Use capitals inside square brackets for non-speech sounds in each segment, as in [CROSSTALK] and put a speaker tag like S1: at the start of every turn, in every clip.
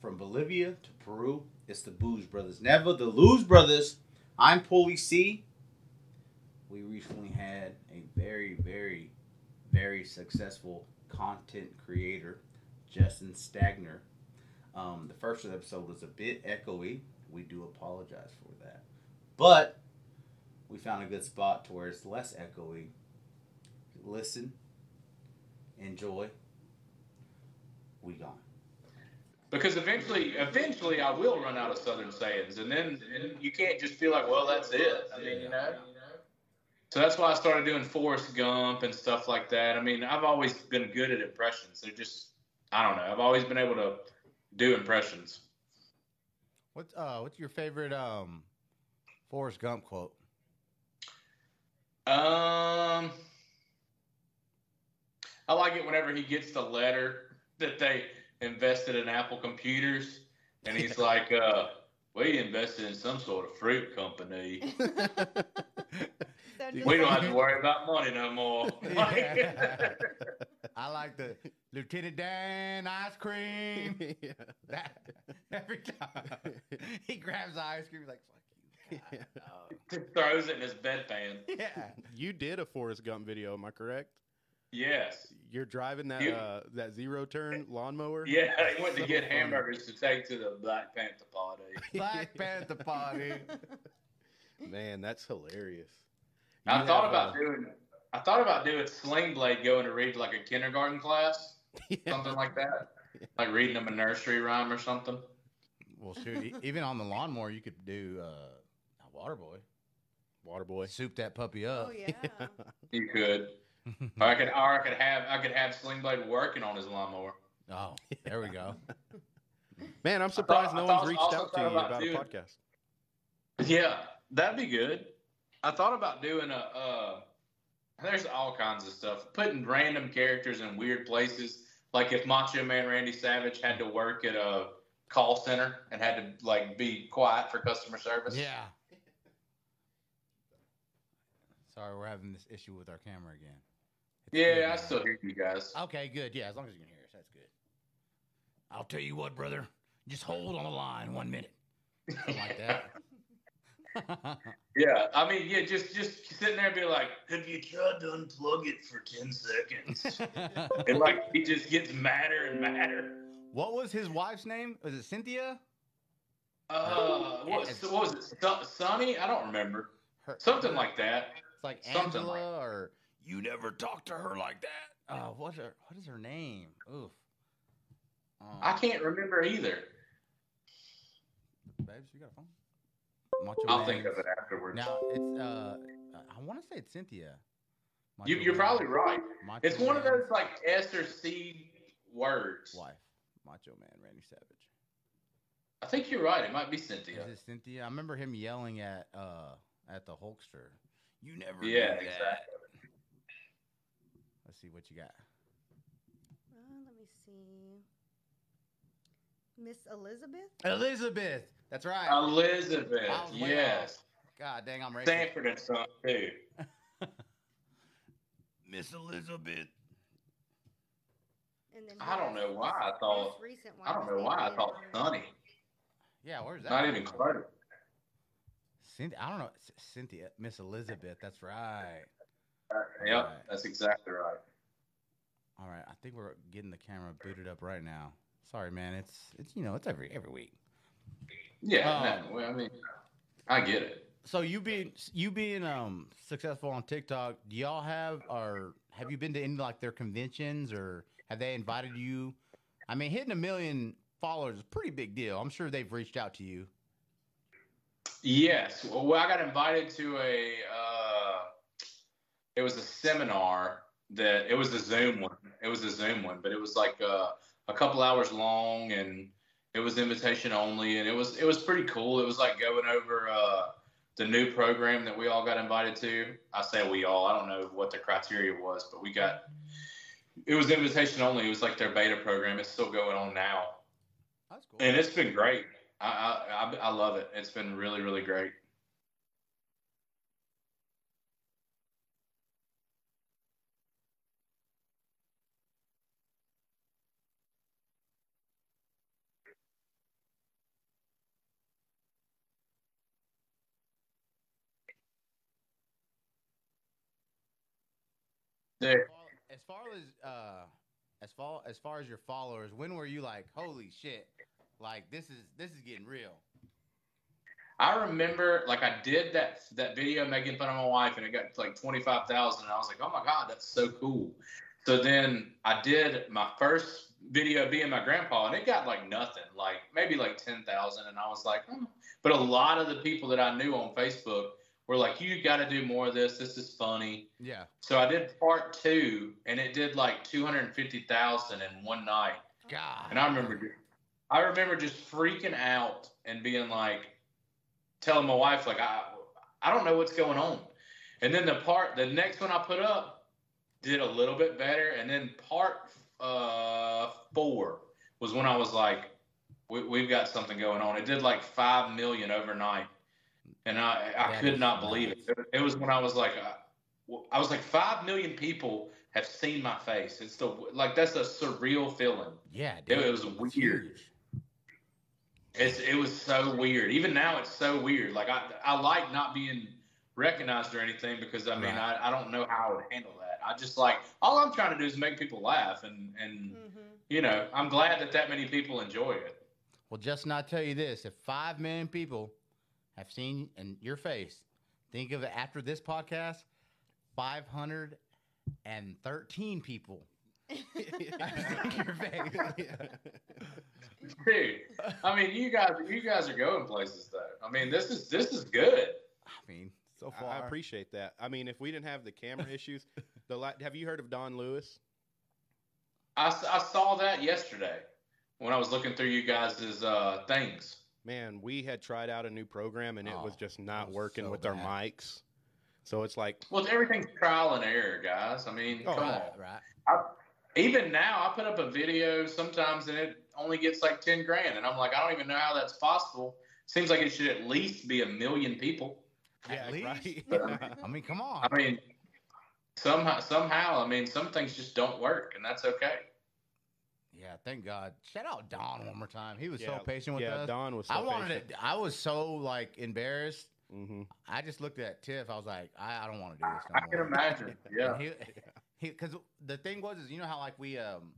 S1: From Bolivia to Peru, it's the Booze Brothers. Never the Lose Brothers. I'm Paulie C. We recently had a very, very, very successful content creator, Justin Stagner. Um, the first episode was a bit echoey. We do apologize for that. But we found a good spot to where it's less echoey. Listen, enjoy. We gone.
S2: Because eventually, eventually, I will run out of Southern sayings, and then and you can't just feel like, well, that's it. I mean, you know. So that's why I started doing Forrest Gump and stuff like that. I mean, I've always been good at impressions. They're just, I don't know. I've always been able to do impressions.
S3: What uh, what's your favorite um, Forrest Gump
S2: [LAUGHS]
S3: quote?
S2: Um, I like it whenever he gets the letter that they invested in Apple computers, and he's like, uh, "We invested in some sort of fruit company.
S4: So
S3: We
S4: just
S2: We don't
S4: like-
S5: [LAUGHS]
S2: have to worry about money no more." [LAUGHS]
S3: Yeah. I like the Lieutenant Dan ice cream.
S5: [LAUGHS] yeah.
S3: That, every time he grabs the ice cream, he's like, "Fuck you!" God,
S2: throws it in his bedpan.
S3: no. Yeah.
S5: You did a Forrest Gump video, am I correct?
S2: Yes.
S5: You're driving that
S2: You-
S5: uh, that zero turn lawnmower.
S2: Yeah, he went to
S5: So
S2: get
S5: funny.
S2: hamburgers to take to the Black Panther party.
S3: Black Panther party.
S5: Man, that's hilarious.
S2: I
S5: You
S2: thought
S5: have,
S2: about
S5: uh,
S2: doing I thought about doing Sling Blade going to read like a kindergarten class,
S5: [LAUGHS] yeah.
S2: something like that. Like reading them a nursery rhyme or something.
S3: Well, shoot, e- even on the lawnmower, you could do uh, a water boy.
S5: Waterboy.
S3: Soup that puppy up.
S4: oh
S2: [LAUGHS]
S4: yeah.
S2: You could.
S5: Hmm.
S2: Or I could or I could have I could have Sling Blade working on his lawnmower.
S3: [LAUGHS] oh, there
S2: [LAUGHS]
S3: we go.
S5: Man, I'm surprised
S2: I
S5: no
S2: thought-
S5: one's reached
S2: also
S5: out to
S2: thought
S5: you
S2: about
S5: about, a
S2: doing-
S5: podcast.
S2: Yeah, that'd be good. I thought about doing a. Uh, there's all kinds of stuff. Putting random characters in weird places. Like if Macho Man Randy Savage had to work at a call center and had to like be quiet for customer service.
S3: Yeah. Sorry, we're having this issue with our camera again. It's good
S2: Yeah,
S3: now.
S2: I still hear you guys.
S3: Okay, good. Yeah, as long as you can hear us, that's good. I'll tell you what, brother. Just hold on the line one minute. Something like that.
S2: Yeah, I mean, yeah, just just sitting there and be like, "Have you tried to unplug it for ten
S5: [LAUGHS]
S2: seconds?" [LAUGHS]
S3: [LAUGHS]
S2: and like he just gets madder and madder.
S3: what was his wife's name? Was it Cynthia?
S2: Uh, what,
S3: Yes.
S2: what was it? Son- Sonny? I don't remember.
S3: Her,
S2: Something like that.
S3: It's like
S2: something
S3: Angela
S2: like-
S3: or you never talk to her like that. Oh, what's her? What is her name? Oof. Um,
S2: I can't remember either.
S3: Babes, you got a phone? Macho
S2: I'll
S3: Man.
S2: think of it afterwards.
S3: Now it's uh,
S2: Oh.
S3: I want to say it's Cynthia.
S2: you,
S3: Macho
S2: you're
S3: Man.
S2: probably right.
S3: Macho
S2: It's one of
S3: Man.
S2: those like S or C words.
S3: wife, Macho Man Randy Savage.
S2: I think you're right. It might be Cynthia.
S3: Is it Cynthia? I remember him yelling at uh at the Hulkster. You never. do
S2: Yeah,
S3: that."
S2: exactly.
S3: Let's see what you got.
S4: Uh, let me see. Miss Elizabeth.
S3: Elizabeth. That's right.
S2: Elizabeth.
S3: I was way
S2: Yes.
S3: God dang, I'm racist.
S2: Sanford and Son too.
S3: Miss Elizabeth.
S4: And then
S2: I don't
S4: his-
S2: know why
S4: his
S2: I thought-
S4: most recent one
S2: I don't
S4: was
S2: know why I
S4: Adrian
S2: thought
S4: Brody.
S2: Sonny.
S3: Yeah, where's that?
S2: Not
S3: one
S2: even
S3: from?
S2: close.
S3: Cynthia. I don't know. C- Cynthia. Miss Elizabeth. That's right.
S2: Yep,
S3: Right.
S2: that's exactly right.
S3: All right, I think we're getting the camera booted up right now. Sorry, man. It's it's you know it's every every week.
S2: Yeah,
S3: Um,
S2: no, well, I mean, I get it.
S3: So you being you being um successful on TikTok, do y'all have or have you been to any like their conventions or have they invited you? I mean, hitting a million followers is a pretty big deal. I'm sure they've reached out to you.
S2: Yes. Well, I got invited to a. Uh, it was a seminar that it was a Zoom one. It was a Zoom one, but it was like uh, a couple hours long, and it was invitation only, and it was it was pretty cool. It was like going over uh, the new program that we all got invited to. I say we all. I don't know what the criteria was, but we got. It was invitation only. It was like their beta program. It's still going on now.
S3: That's cool.
S2: and it's been great. I, I I- I love it. It's been really really great. Dude,
S3: as far as uh as far as far as your followers, when were you like, holy shit, like this is this is getting real?
S2: I remember like I did that that video making fun of my wife and it got to, like twenty five thousand and I was like, oh my god, that's so cool. So then I did my first video being my grandpa and it got like nothing, like maybe like ten thousand and I was like, hmm. but a lot of the people that I knew on Facebook were like, you got to do more of this. This is funny.
S3: Yeah.
S2: So I did part two and it did like two hundred and fifty thousand in one night.
S3: God.
S2: And I remember, I remember just freaking out and being like, telling my wife like I, I don't know what's going on. And then the part, the next one I put up did a little bit better. And then part uh, four was when I was like, we, we've got something going on. It did like five million overnight, and I I
S3: That
S2: could
S3: is
S2: not believe it. It was when I was like, I, I was like five million people have seen my face. It's the like that's a surreal feeling.
S3: Yeah,
S2: It,
S3: dude.
S2: was
S3: It's
S2: weird.
S3: huge.
S2: It's, it was so weird. Even now, it's so weird. Like I, I like not being recognized or anything because I mean,
S3: Right.
S2: I, I don't know how I would handle that. I just like all I'm trying to do is make people laugh, and and [LAUGHS]
S4: Mm-hmm.
S2: you know, I'm glad that that many people enjoy it. [LAUGHS]
S3: Well, just not tell you this: if five million people have seen in your face, think of it after this podcast, five hundred and thirteen people [LAUGHS]
S4: Mm-hmm.
S3: have seen your face.
S2: Dude, I mean, you guys, you guys are going places though. I mean, this is this is good.
S3: I mean, [LAUGHS] [LAUGHS] so
S5: I-
S3: far,
S5: I appreciate that. I mean, if we didn't have
S3: [LAUGHS]
S5: the camera issues, the la- have you heard of Don Lewis?
S2: I, s- I saw that yesterday when I was looking through you guys' uh, things.
S5: Man, we had tried out a new program and it was
S3: Oh,
S5: just not
S3: was
S5: working
S3: so
S5: with our
S3: bad.
S5: mics. So it's like,
S2: Well, everything's trial and error, guys. I mean,
S5: Oh,
S2: come
S3: right,
S2: on.
S3: right.
S2: even now i put up a video sometimes and it only gets like 10 grand and i'm like i don't even know how that's possible seems like it should at least be a million people
S3: At
S5: yeah,
S3: least.
S5: [LAUGHS] right?
S3: I mean, come on.
S2: i mean somehow somehow i mean some things just don't work and that's okay
S3: yeah, thank God. Shout out Don one more time. He was
S5: Yeah,
S3: so patient with
S5: yeah,
S3: us.
S5: Don was. So
S3: I wanted it. I was so like embarrassed.
S5: Mm-hmm.
S3: I just looked at Tiff. I was like, I, I don't want to do this. No
S2: i can
S3: more.
S2: imagine yeah
S3: And he- he because the thing was is you know how like we um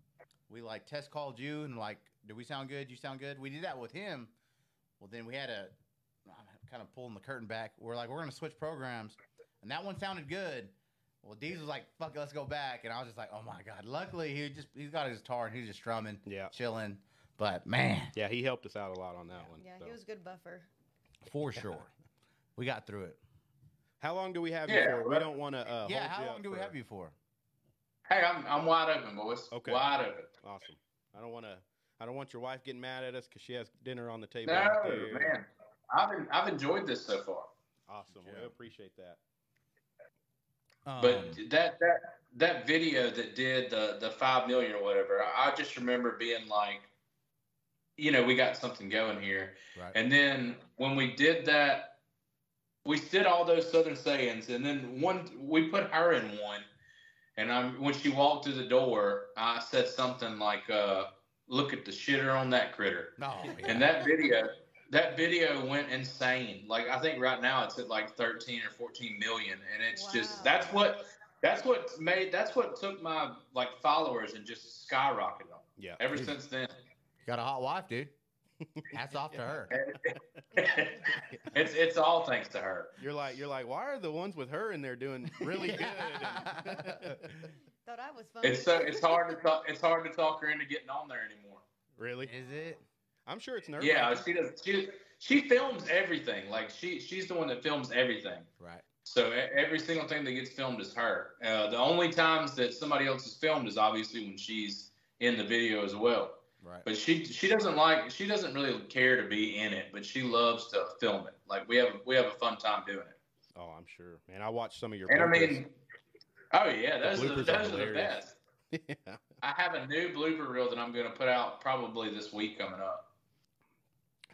S3: we like test called you and like do we sound good you sound good we did that with him well then we had a kind of pulling the curtain back we're like we're gonna switch programs and that one sounded good well Deez was like fuck it, let's go back and I was just like oh my god luckily he just he's got his guitar and he's just strumming
S5: Yeah,
S3: chilling but man
S5: yeah, he helped us out a lot on that one.
S4: Yeah,
S5: so.
S4: he was a good buffer.
S3: for sure we got through it
S5: How long do we have you
S2: Yeah,
S5: for? We
S2: right.
S5: don't want to. Uh,
S3: yeah
S5: hold
S3: how
S5: you
S3: long
S5: up
S3: do we
S5: for-
S3: have you for
S2: hey i'm, I'm wide open boys
S5: Okay.
S2: wide open
S5: Awesome. I don't want to. I don't want your wife getting mad at us because she has dinner on the table.
S2: no
S5: out there.
S2: man I've, en- I've enjoyed this so far
S5: Awesome.
S3: Good
S5: We
S3: job.
S5: appreciate that.
S3: um,
S2: But that that that video that did the the five million or whatever, I I just remember being like, you know, we got something going here.
S3: Right.
S2: And then when we did that, we did all those Southern sayings, and then one we put her in one. And I, when she walked through the door, I said something like, uh, "Look at the shitter on that critter."
S3: no yeah.
S2: And that video, that video went insane. Like I think right now it's at like 13 or 14 million, and it's
S4: Wow.
S2: just that's what that's what made that's what took my like followers and just skyrocketed them.
S5: Yeah.
S2: Ever since then, [LAUGHS]
S3: got a hot wife [LAUGHS] dude hats off to her
S2: it's it's all thanks to her.
S5: You're like you're like. Why are the ones with her in there doing really good?
S4: Thought I was funny.
S2: It's so it's hard to talk it's hard to talk her into getting on there anymore.
S5: [LAUGHS] really?
S3: Is it?
S5: I'm sure it's nerve.
S2: Yeah, she does. She she films everything. Like she she's the one that films everything.
S3: Right.
S2: So e- every single thing that gets filmed is her. Uh, the only times that somebody else is filmed is obviously when she's in the video as well.
S3: Right.
S2: But she she doesn't like she doesn't really care to be in it, but she loves to film it. Like we have we have a fun time doing it.
S5: Oh, I'm sure. Man, I watched some of your.
S2: And I
S5: bloopers.
S2: mean, oh yeah,
S5: The
S2: those are the,
S5: bloopers are
S2: those are the
S5: hilarious.
S2: best.
S5: [LAUGHS] yeah.
S2: I have a new blooper reel that I'm going to put out probably this week coming up.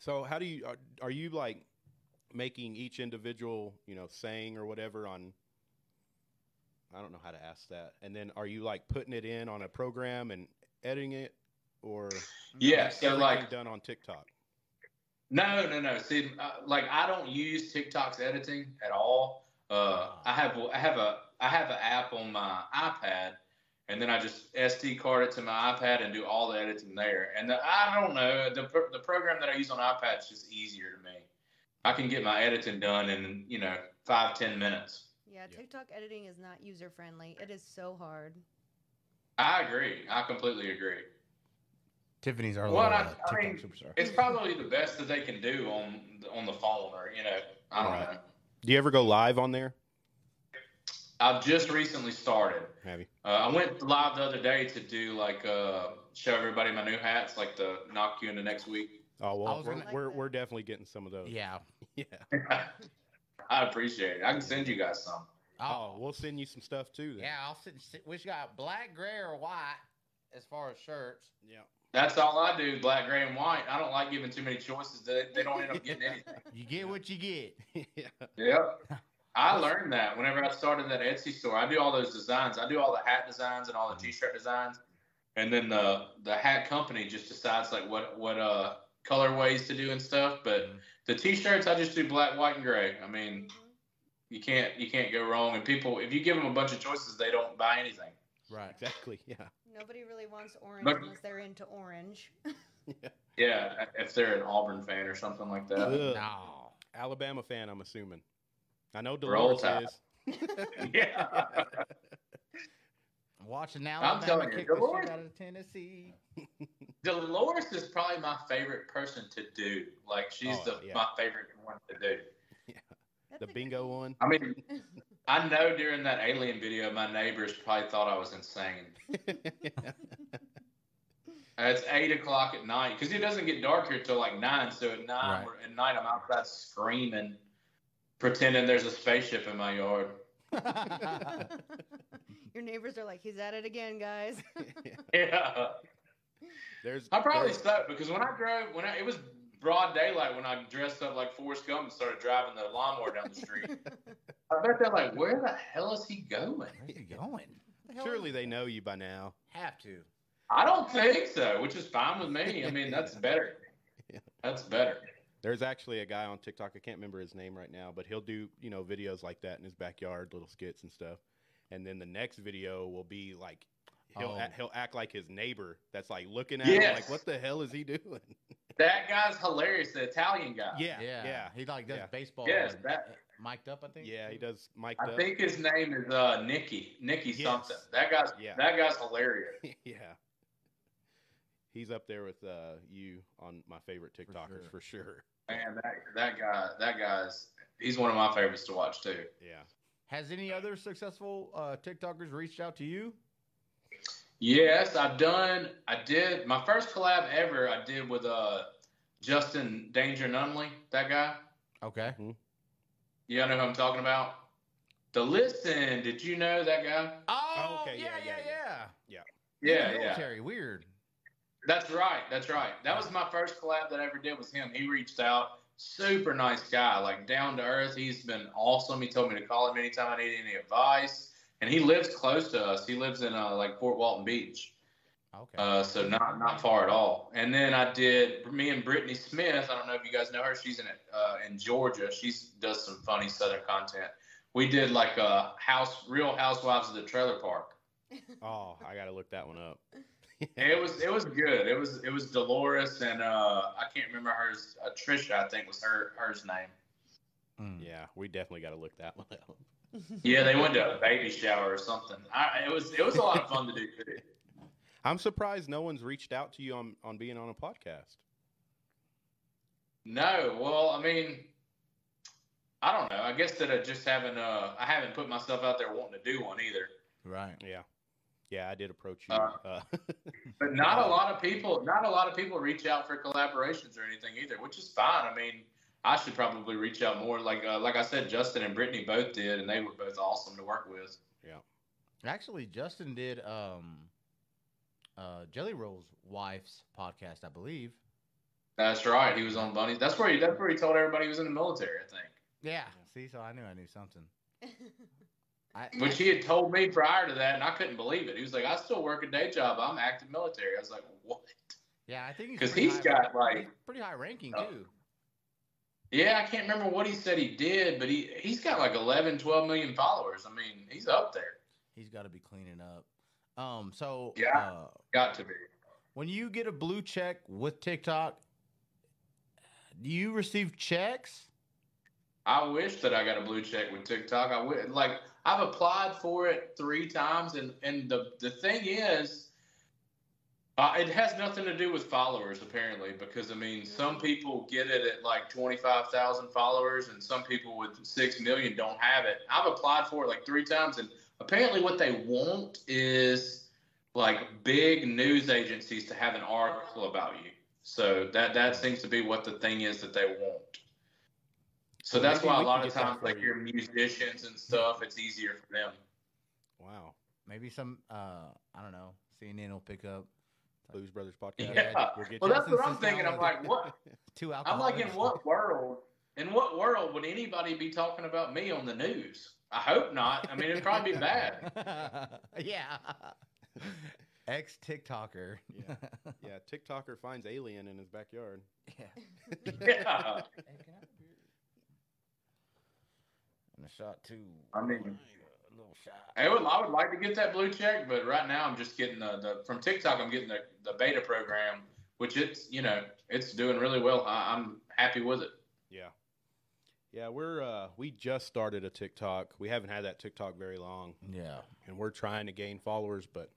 S5: So how do you are, are you like making each individual you know saying or whatever on? I don't know how to ask that. And then are you like putting it in on a program and editing it, or
S2: Yeah,
S5: is
S2: so
S5: everything
S2: like
S5: done on TikTok?
S2: No, no, no. See, uh, like I don't use TikTok's editing at all. Uh, I have I have a I have an app on my iPad, and then I just SD card it to my iPad and do all the editing there. And the, I don't know the pro- the program that I use on iPad is just easier to me. I can get my editing done in you know five ten minutes.
S4: Yeah,
S5: Yeah.
S4: TikTok editing is not user friendly. It is so hard.
S2: I agree. I completely agree.
S3: Tiffany's our
S2: Well,
S3: little
S2: I-
S3: uh,
S2: I
S3: TikTok
S2: mean,
S3: superstar.
S2: It's probably the best that they can do on on the phone, or you know, I don't
S5: Right.
S2: know.
S5: Do you ever go live on there?
S2: I've just recently started.
S5: Have you?
S2: Uh, I went live the other day to do like uh, show everybody my new hats, like the knock you into next week.
S5: Oh well,
S3: was
S5: we're,
S4: gonna-
S5: we're, we're definitely getting some of those.
S3: Yeah.
S5: yeah.
S2: I appreciate it. I can send you guys some.
S5: Oh,
S3: I'll,
S5: we'll send you some stuff too. Then.
S3: yeah. I'll sit, sit. We got black, gray, or white as far as shirts.
S5: Yeah.
S2: That's all I do, black, gray, and white. I don't like giving too many choices. They, they don't end up getting anything.
S3: You get what you [LAUGHS] get.
S5: yeah.
S2: Yep.
S5: [LAUGHS]
S2: I learned that whenever I started that Etsy store. I do all those designs. I do all the hat designs and all
S5: Mm-hmm.
S2: the t-shirt designs. And then the the hat company just decides like what what uh colorways to do and stuff. But
S5: Mm-hmm.
S2: the t-shirts, I just do black, white, and gray. I mean,
S4: Mhm.
S2: you can't you can't go wrong. And people, if you give them a bunch of choices, they don't buy anything.
S3: Right. [LAUGHS]
S5: Exactly. Yeah.
S4: Nobody really wants orange
S2: But-
S4: unless they're into orange. [LAUGHS]
S2: Yeah, if they're an Auburn fan or something like that.
S5: Ugh.
S3: No.
S5: Alabama fan, I'm assuming. I know
S2: Roll
S5: Dolores
S2: Tide.
S5: is.
S2: [LAUGHS] yeah.
S3: I'm watching
S2: I'm
S3: Alabama
S2: telling you,
S3: kick
S2: good
S3: the
S2: Lord.
S3: shit out of Tennessee.
S2: Dolores is probably my favorite person to do. Like she's
S5: Oh,
S2: the
S5: yeah.
S2: my favorite one to do.
S4: That's
S5: The
S4: a good
S5: bingo one.
S2: I mean,
S4: one.
S2: I know during that alien video, my neighbors probably thought I was insane. Uh, It's eight o'clock at night because it doesn't get dark here till like nine. So at nine
S3: Right.
S2: we're- at night, I'm outside screaming, pretending there's a spaceship in my yard.
S4: [LAUGHS] Your neighbors are like, he's at it again, guys.
S2: Yeah,
S5: [LAUGHS] There's
S2: I probably
S5: there's-
S2: slept because when I drove, when I it was broad daylight when I dressed up like Forrest Gump and started driving the lawnmower down the street. I bet they're like, "Where the hell is he going?"
S3: Where's he going?
S5: surely they know you by now.
S3: have to.
S2: I don't think so, which is fine with me. I mean, that's better.
S5: Yeah.
S2: That's better.
S5: There's actually a guy on TikTok. I can't remember his name right now, but he'll do you know videos like that in his backyard, little skits and stuff. And then the next video will be like he'll
S3: Oh.
S5: act, he'll act like his neighbor that's like looking at him
S2: Yes.
S5: like what the hell is he [LAUGHS] doing?
S2: That guy's hilarious, the Italian guy.
S5: Yeah,
S3: Yeah. He like does
S5: Yeah.
S3: baseball.
S2: Yes,
S3: and-
S2: that-
S3: mic'd up, I think.
S5: yeah. He does mic'd
S2: I
S5: up.
S2: think his name is uh, Nicky. Nicky
S5: Yes.
S2: something. That guy's
S5: Yeah.
S2: that guy's
S5: [LAUGHS]
S2: hilarious.
S5: yeah. He's up there with uh, you on my favorite TikTokers
S3: sure.
S5: for sure.
S2: Man, that that guy that guy's he's one of my favorites to watch too.
S5: Yeah.
S3: [LAUGHS] Has any other successful uh, TikTokers reached out to you?
S2: Yes, I've done I did my first collab ever I did with uh Justin Danger Nunley, that guy.
S3: Okay.
S2: You all know who I'm talking about? The listen, did you know that guy?
S3: Oh,
S5: Okay,
S3: yeah, yeah,
S5: yeah,
S3: yeah,
S5: yeah.
S2: Yeah,
S3: The
S2: yeah.
S3: military, Weird.
S2: That's right. That's right. That was my first collab that I ever did with him. He reached out. Super nice guy, like down to earth. He's been awesome. He told me to call him anytime I need any advice. And he lives close to us. He lives in uh, like Fort Walton Beach,
S3: Okay.
S2: uh, so not not far at all. And then I did me and Brittany Smith. I don't know if you guys know her. She's in uh, in Georgia. She does some funny Southern content. We did like a house, Real Housewives of the Trailer Park.
S5: Oh, I gotta look that one up.
S2: It was it was good. It was it was Dolores and uh I can't remember hers. Uh, Trisha I think was her hers name.
S3: Mm.
S5: Yeah, we definitely gotta look that one up.
S2: Yeah, they went to a baby shower or something. I, it was it was a lot of fun to do. Too.
S5: I'm surprised no one's reached out to you on, on being on a podcast.
S2: No, well I mean, I don't know. I guess that I just haven't uh I haven't put myself out there wanting to do one either.
S3: Right.
S5: Yeah. Yeah, I did approach you.
S2: Uh,
S5: Uh, [LAUGHS]
S2: But not a lot of people not a lot of people reach out for collaborations or anything either, which is fine. I mean. I should probably reach out more. Like uh, like I said, Justin and Brittany both did, and they were both awesome to work with.
S3: Actually, Justin did um, uh, Jelly Roll's wife's podcast, I believe.
S2: That's right. He was on Bunny. That's where he. That's where he told everybody he was in the military. I think,
S3: Yeah. See, so I knew I knew something. I,
S2: which he had told me prior to that, and I couldn't believe it. He was like, "I still work a day job. I'm active military." I was like, "What?"
S3: yeah, I think he's
S2: Because
S3: pretty
S2: he's
S3: high-
S2: got like,
S3: pretty high ranking
S2: Oh.
S3: too.
S2: Yeah, I can't remember what he said he did, but he he's got like 11, 12 million followers. I mean, he's up there.
S3: He's got to be cleaning up. Um, so
S2: Yeah.
S3: uh,
S2: Got to be.
S3: when you get a blue check with TikTok, do you receive checks?
S2: I wish that I got a blue check with TikTok. I would like I've applied for it three times, and and the the thing is, uh, it has nothing to do with followers apparently, because I mean, some people get it at like twenty five thousand followers, and some people with six million don't have it. I've applied for it like three times, and apparently, what they want is like big news agencies to have an article about you. So that that seems to be what the thing is that they want. So
S5: Well,
S2: that's
S5: maybe
S2: why a
S5: we can
S2: lot of
S5: get that
S2: times,
S5: for
S2: like
S5: you.
S2: your musicians and stuff, it's easier for them.
S5: Wow.
S3: Maybe some. Uh, I don't know. CNN will pick up
S5: Blues Brothers
S2: Yeah.
S5: podcast. We'll get
S2: Well,
S5: you-
S2: that's what I'm thinking. I'm like, what?
S3: two
S2: I'm like, in
S3: alcoholics.
S2: what world? In what world would anybody be talking about me on the news? I hope not. I mean, it'd probably
S1: [LAUGHS]
S2: be bad. [LAUGHS]
S3: [LAUGHS] yeah. Ex TikToker.
S5: Yeah. yeah, TikToker finds alien in his backyard.
S2: Yeah.
S3: And a shot too.
S2: I mean-
S3: a little
S2: I
S3: shot.
S2: would, I would like to get that blue check, but right now I'm just getting the, the from TikTok. I'm getting the, the beta program, which it's you know it's doing really well. I, I'm happy with it.
S5: Yeah. Yeah, we're uh we just started a TikTok. We haven't had that TikTok very long
S3: Yeah,
S5: and we're trying to gain followers, but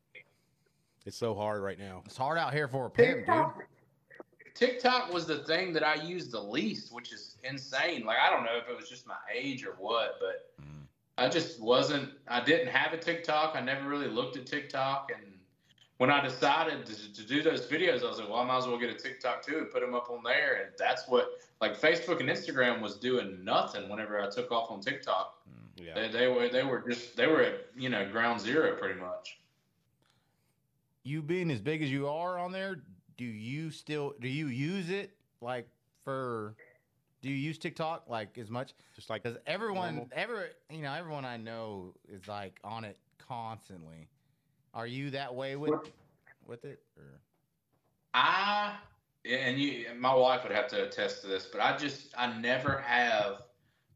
S5: it's so hard right now.
S3: it's hard out here for a pimp, dude.
S2: TikTok was the thing that I used the least, which is insane. Like I don't know if it was just my age or what, but
S3: Mm.
S2: I just wasn't. I didn't have a TikTok. I never really looked at TikTok, and when I decided to, to do those videos, I was like, well, I might as well get a TikTok too and put them up on there. And that's what like Facebook and Instagram was doing nothing whenever I took off on TikTok.
S3: Mm.
S5: Yeah.
S2: They, they were they were just they were at you know ground zero pretty much.
S3: You being as big as you are on there, do you still do you use it like for? Do you use TikTok like as much?
S5: Just like
S3: Because everyone,
S5: Normal.
S3: every you know, everyone I know is like on it constantly. Are you that way with with it? Or?
S2: I and you, and my wife would have to attest to this, but I just I never have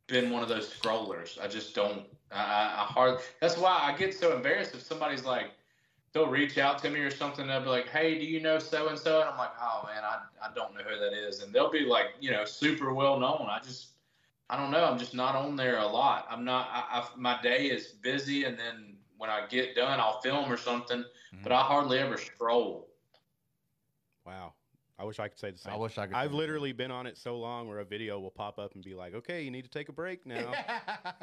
S2: been one of those scrollers. I just don't. I, I- I hard. That's why I get so embarrassed if somebody's like, they'll reach out to me or something. They'll be like, "Hey, do you know so and so?" And I'm like, "Oh man, I I don't know who that is." And they'll be like, you know, super well known. I just I don't know. I'm just not on there a lot. I'm not. I, I my day is busy, and then when I get done, I'll film or something. But I hardly ever scroll.
S5: wow. I wish I could say the same.
S3: I wish I could.
S5: I've
S3: say that. [LAUGHS]
S5: literally been on it so long where a video will pop up and be like, "Okay, you need to take a [LAUGHS]
S2: [LAUGHS]
S5: break now."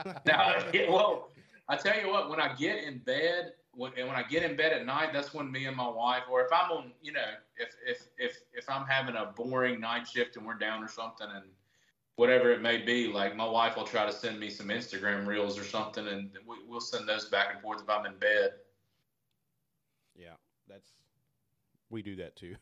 S2: No, [LAUGHS] yeah, well, I tell you what, when I get in bed, when, and when I get in bed at night, that's when me and my wife, or if I'm on, you know, if if if if I'm having a boring night shift and we're down or something, and whatever it may be, like my wife will try to send me some Instagram reels or something, and we, we'll send those back and forth if I'm in bed.
S5: Yeah, that's we do that too.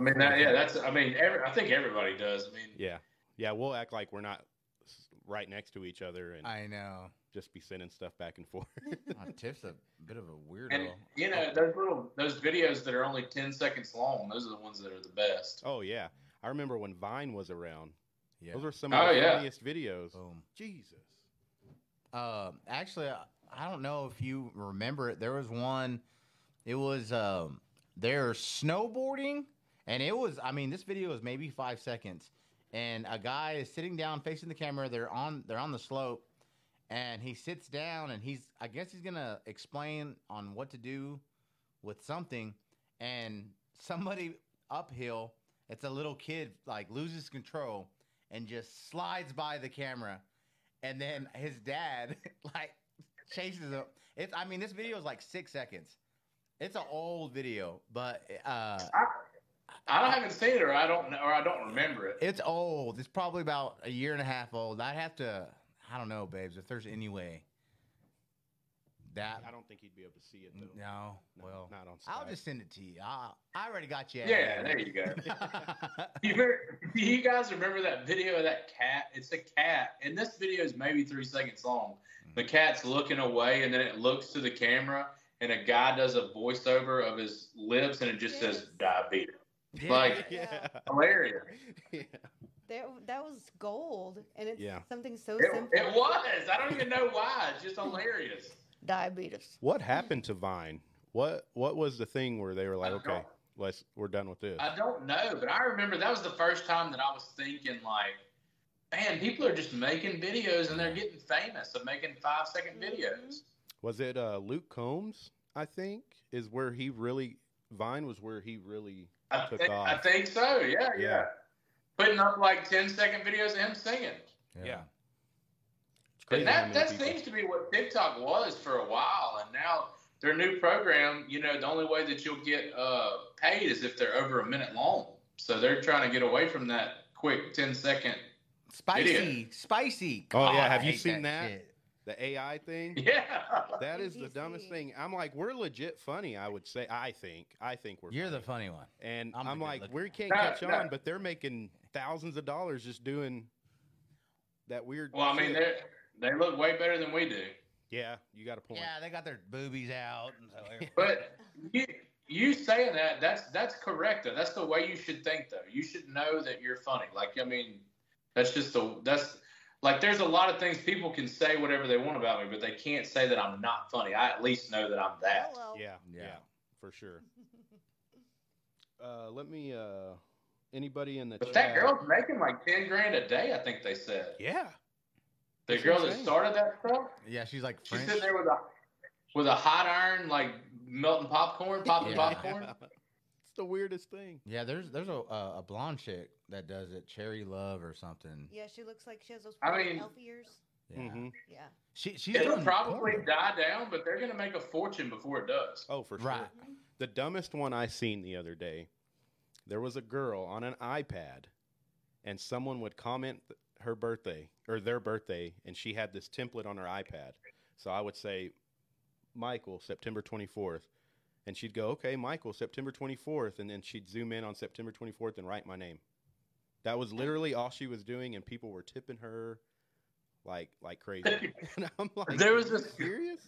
S2: I mean, that, yeah, that's, I mean, every, I think everybody does. I mean,
S5: Yeah, yeah, we'll act like we're not s- right next to each other and
S3: I know.
S5: just be sending stuff back and [LAUGHS] forth.
S3: Oh, Tiff's a bit of a weirdo. Oh.
S2: and you know, those little those videos that are only ten seconds long, those are the ones that are the best.
S5: oh yeah, I remember when Vine was around.
S3: yeah.
S5: Those were some of
S2: Oh,
S5: the
S2: yeah.
S5: funniest videos.
S3: Boom.
S5: Jesus.
S3: Um, actually, I- I don't know if you remember it. There was one. It was um, they're snowboarding, and it was. I mean, this video is maybe five seconds, and a guy is sitting down facing the camera. They're on. They're on the slope, and he sits down, and he's. I guess he's gonna explain on what to do with something, and somebody uphill. It's a little kid like loses control and just slides by the camera and then his dad [LAUGHS] like chases him. It's I mean this video is like six seconds. It's an old video, but uh,
S2: I don't haven't seen it, or I don't know, or I don't remember it.
S3: it's old. It's probably about a year and a half old. I'd have to. I don't know, babes. If there's any way that
S5: I don't think he'd be able to see it though.
S3: no,
S5: No,
S3: well,
S5: not on. Skype.
S3: I'll
S5: [LAUGHS]
S3: just send it to you. I I already got you.
S2: Yeah,
S3: [LAUGHS]
S2: there you go. You, remember- do [LAUGHS] you guys remember that video of that cat? It's a cat, and this video is maybe three seconds long. The cat's looking away, and then it looks to the camera, and a guy does a voiceover of his lips, and it just says
S4: Yes.
S2: diabetes.
S3: yeah.
S2: Like-
S5: yeah.
S2: Hilarious.
S5: yeah.
S4: That that was gold, and it's
S5: Yeah.
S4: something so
S2: It,
S4: simple.
S2: it was. I don't even know why. It's just hilarious.
S4: Diabetes.
S5: What happened to Vine? What what was the thing where they were like,
S2: I
S5: okay,
S2: don't-
S5: let's we're done with this?
S2: I don't know, but I remember that was the first time that I was thinking like, man, people are just making videos and they're getting famous of making five second
S4: Mm-hmm.
S2: videos.
S5: Was it uh, Luke Combs? I think is where he really Vine was where he really
S2: I,
S5: Took
S2: think, I
S5: off.
S2: think so. Yeah, yeah,
S5: Yeah.
S2: Putting up like 10 second videos of him singing.
S5: it's
S2: And
S5: how
S2: that,
S5: many
S2: that
S5: people-
S2: seems to be what TikTok was for a while. And now their new program, you know, the only way that you'll get uh, paid is if they're over a minute long. So they're trying to get away from that quick 10 second. [LAUGHS]
S3: Spicy,
S2: Idiot.
S3: spicy.
S5: Oh, yeah,
S3: I
S5: have you
S3: hate
S5: seen that?
S3: shit.
S5: the AI thing.
S2: Yeah.
S5: That is the dumbest
S4: NBC.
S5: thing. I'm like, we're legit funny. I would say. I think. I think we're.
S3: You're the
S5: funny.
S3: funny one.
S5: And
S3: I'm
S5: I'm,
S3: the good
S5: like,
S3: looking
S5: we
S3: one.
S5: can't
S2: No,
S5: catch
S2: no.
S5: on, but they're making thousands of dollars just doing that weird.
S2: Well, I mean,
S5: shit.
S2: they they look way better than we do.
S5: yeah, you got a point.
S3: Yeah, they got their boobies out. And so everything.
S2: But you you saying that that's that's correct though. That's the way you should think though. You should know that you're funny. Like I mean, that's just the that's like there's a lot of things people can say whatever they want about me, but they can't say that I'm not funny. I at least know that I'm that.
S4: Hello.
S5: Yeah, yeah,
S3: Yeah.
S5: for sure. Uh, let me. Uh, anybody in the
S2: But
S5: chat?
S2: that girl's making like ten grand a day, I think they said.
S5: Yeah,
S2: the
S5: that's
S2: girl that
S5: insane.
S2: started that stuff,
S3: [LAUGHS] yeah, she's like
S2: she's
S3: French.
S2: sitting there with a with a hot iron, like melting popcorn, popping
S3: Yeah.
S2: popcorn.
S5: [LAUGHS] it's the weirdest thing.
S3: Yeah, there's there's a uh, a blonde chick that does it, Cherry Love or something.
S4: [LAUGHS] Yeah, she looks like she has those
S2: I
S4: pretty
S2: mean-
S4: elf ears.
S3: Yeah,
S5: Mhm.
S4: Yeah.
S3: she she's
S2: It'll
S3: doing
S2: Mm-hmm. probably
S3: porno.
S2: die down, but they're gonna make a fortune before it does.
S5: Oh, for
S3: Right.
S5: sure. The dumbest one I seen the other day, there was a girl on an iPad, and someone would comment th- her birthday or their birthday, and she had this template on her iPad. So I would say, Michael, September 24th. And she'd go, okay, Michael, September 24th. And then she'd zoom in on September 24th and write my name. That was literally all she was doing, and people were tipping her like like
S2: [LAUGHS]
S5: crazy. [LAUGHS] and I'm like,
S2: There was
S5: "Are you
S2: this-
S5: serious?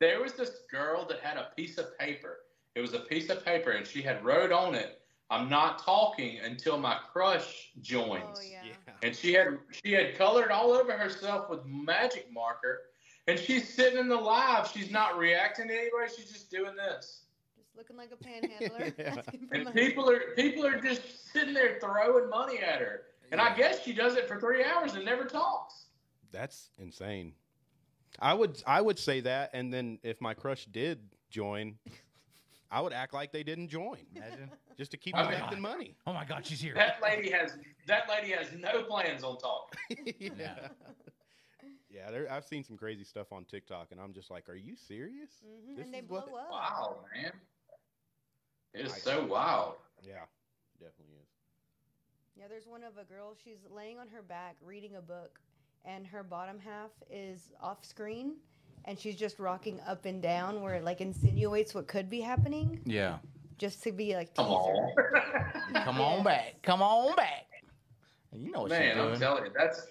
S2: There was this girl that had a piece of paper. It was a piece of paper, and she had wrote on it, "I'm not talking until my crush joins."
S4: Oh yeah.
S2: And she had she had colored all over herself with magic marker, and she's sitting in the live. She's not reacting to anybody. She's just doing this,
S4: Just looking like a panhandler.
S5: [LAUGHS] Yeah.
S4: asking for
S2: and
S4: money.
S2: people are people are just sitting there throwing money at her. And I guess she does it for three hours and never talks.
S5: That's insane. I would I would say that, and then if my crush did join, I would act like they didn't join
S4: [LAUGHS]
S3: Imagine.
S5: just to keep
S2: I
S3: mean-
S5: collecting money.
S3: Oh my God, she's here.
S2: That lady has that lady has no plans on talking.
S5: [LAUGHS] yeah, yeah. There, I've seen some crazy stuff on TikTok, and I'm just like, are you serious?
S4: Mhm,
S5: This
S4: And they
S5: is
S4: blow
S5: what-
S4: up.
S2: Wow, man, it is so wild.
S5: Yeah, definitely is.
S4: Yeah, there's one of a girl. She's laying on her back reading a book, and her bottom half is off screen, and she's just rocking up and down where it like insinuates what could be happening,
S3: Yeah,
S4: just to be like
S2: Come
S4: teaser.
S2: on.
S3: come on back, come on back. You know [LAUGHS] what she's
S2: Man,
S3: doing.
S2: I'm telling you, that's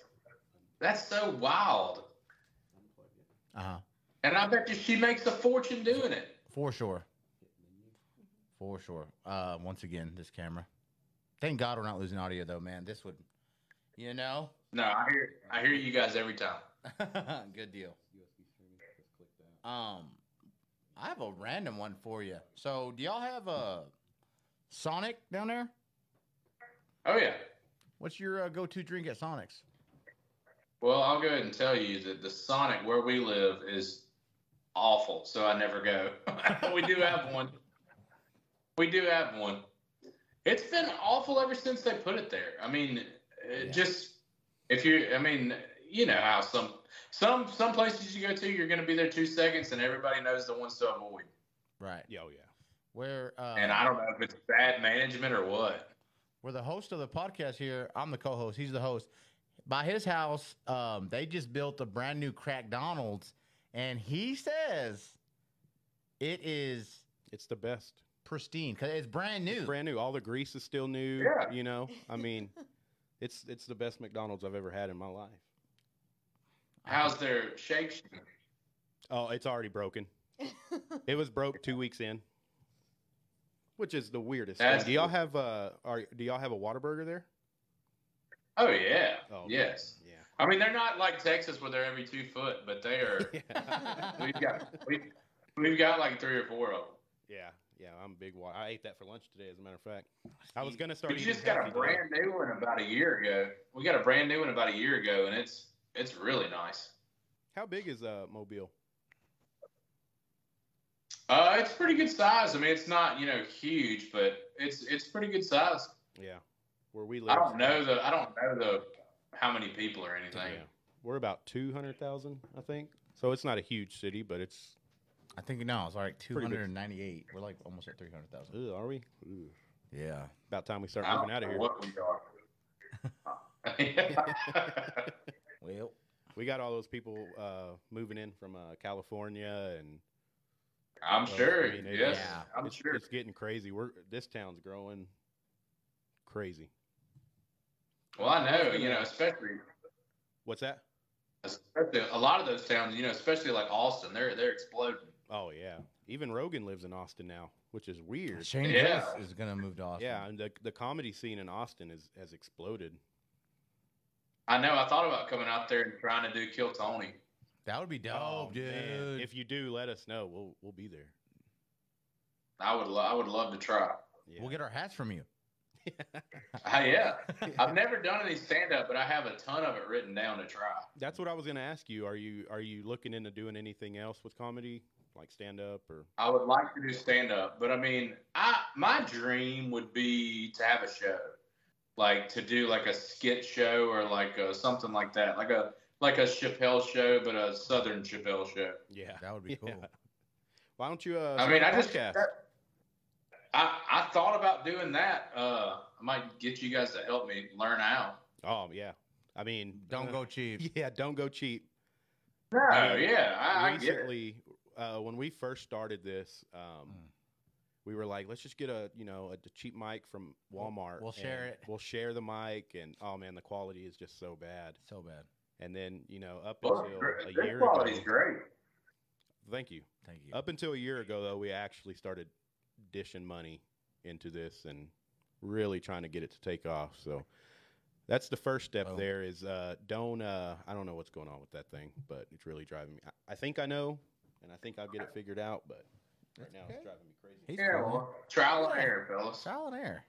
S2: that's so wild.
S3: uh-huh.
S2: And I bet you she makes a fortune doing it.
S3: For sure. For sure. Uh, once again, this camera. Thank God we're not losing audio though, man. This would, you know,
S2: No, I hear I hear you guys every time.
S3: [LAUGHS] good deal. Um, I have a random one for you. So, do y'all have a Sonic down there?
S2: Oh yeah.
S3: What's your uh, go-to drink at Sonic's?
S2: Well, I'll go ahead and tell you that the Sonic where we live is awful, so I never go. [LAUGHS] we do have one. We do have one. It's been awful ever since they put it there. I mean, it
S3: Yeah.
S2: just if you, I mean, you know how some some some places you go to, you're going to be there two seconds, and everybody knows the ones to avoid.
S3: Right.
S5: Yo, yeah.
S3: Where uh,
S2: And I don't know if it's bad management or what.
S3: we're the host of the podcast here. I'm the co-host. He's the host. By his house, um, they just built a brand new crack Donald's, and he says it is
S5: It's the best.
S3: pristine because it's brand new.
S5: It's brand new. All the grease is still new.
S2: Yeah.
S5: You know, [LAUGHS]
S4: [LAUGHS]
S5: I mean, it's it's the best McDonald's I've ever had in my life.
S2: How's their shake? Shack?
S5: Oh, it's already broken. It was broke two weeks in, which is the weirdest. Thing.
S2: That's-
S5: Do y'all have uh, are do y'all have a water burger there?
S2: Oh yeah.
S5: Oh,
S2: yes.
S5: Yeah.
S2: I mean, they're not like Texas where they're every two foot, but they are.
S5: [LAUGHS] Yeah.
S2: we've got we, we've got like three or four of them.
S5: yeah. Yeah. I'm a big. wa- I ate that for lunch today. As a matter of fact, I was gonna start.
S2: we
S5: eating
S2: just got
S5: healthy
S2: a
S5: today.
S2: brand new one about a year ago. We got a brand new one about a year ago, and it's it's really nice.
S5: How big is uh Mobile?
S2: Uh, it's pretty good size. I mean, it's not you know huge, but it's it's pretty good size.
S5: Yeah. Where we
S2: I
S5: live.
S2: don't know the I don't know the how many people or anything.
S5: Yeah. We're about two hundred thousand, I think. So it's not a huge city, but it's.
S3: [LAUGHS] I think no, it's like two
S5: big.
S3: hundred and ninety-eight. We're like almost at three hundred thousand.
S5: Ugh, are we?
S3: Yeah.
S5: About time we start
S2: I don't
S5: moving out of
S2: know
S5: here.
S2: what we
S5: [LAUGHS]
S2: are.
S3: Well,
S5: We got all those people uh, moving in from uh, California and
S2: I'm
S5: Well,
S2: sure.
S5: I mean, it-
S2: yes,
S3: yeah,
S2: I'm
S5: it's,
S2: sure.
S5: it's getting crazy. We're this town's growing crazy.
S2: Well, I know. You know, especially
S5: What's that?
S2: especially a lot of those towns. You know, especially like Austin, they're they're exploding.
S5: Oh yeah. Even Rogan lives in Austin now, which is weird.
S3: Shane
S2: Yeah.
S3: Gillis is gonna move to Austin.
S5: Yeah, and the the comedy scene in Austin is has exploded.
S2: I know. I thought about coming out there and trying to do Kill Tony.
S3: that would be dope,
S2: Oh,
S3: dude.
S5: Oh, man. If you do, let us know. We'll we'll be there.
S2: I would. Lo- I would love to
S5: [LAUGHS]
S2: try.
S5: Yeah.
S3: We'll get our hats from you.
S2: Uh, yeah,
S5: [LAUGHS]
S2: I've never done any stand up, but I have a ton of it written down to try.
S5: That's what I was going to ask you. Are you are you looking into doing anything else with comedy, like stand up or?
S2: I would like to do stand up, but I mean, I my dream would be to have a show, like to do like a skit show or like a, something like that, like a like a Chappelle show, but a Southern Chappelle show.
S5: Yeah.
S3: That would be cool.
S5: Why don't you? Uh,
S2: I mean, I
S5: start a
S2: just
S5: podcast?
S2: I I thought about doing that. Uh, I might get you guys to help me learn out.
S5: Oh yeah. I mean,
S3: Don't
S5: uh,
S3: go cheap.
S5: [LAUGHS] Yeah, don't go cheap.
S2: No,
S5: I mean,
S2: Oh, yeah, I, I get it.
S5: Recently, uh, when we first started this, um,
S3: Mm.
S5: we were like, let's just get a you know a, d- cheap mic from
S3: We'll-
S5: Walmart.
S3: we'll share
S5: and
S3: it.
S5: We'll share the mic, and oh man, the quality is just so bad.
S3: So bad.
S5: And then you know up
S2: Well,
S5: until
S2: gr-
S5: a
S2: this
S5: year
S2: quality's
S5: ago,
S2: great.
S5: thank you.
S3: Thank you.
S5: Up until a year ago, though, we actually started dishing money into this and really trying to get it to take off. So that's the first step.
S3: Oh.
S5: There is uh, don't. Uh, I don't know what's going on with that thing, but it's really driving me. I, I think I know, and I think I'll get it figured out. But right
S3: That's
S5: now,
S3: okay.
S5: it's driving me crazy.
S3: He's
S2: Yeah,
S3: cool,
S2: well, trial and error,
S3: man.
S2: fellas.
S3: Trial and error.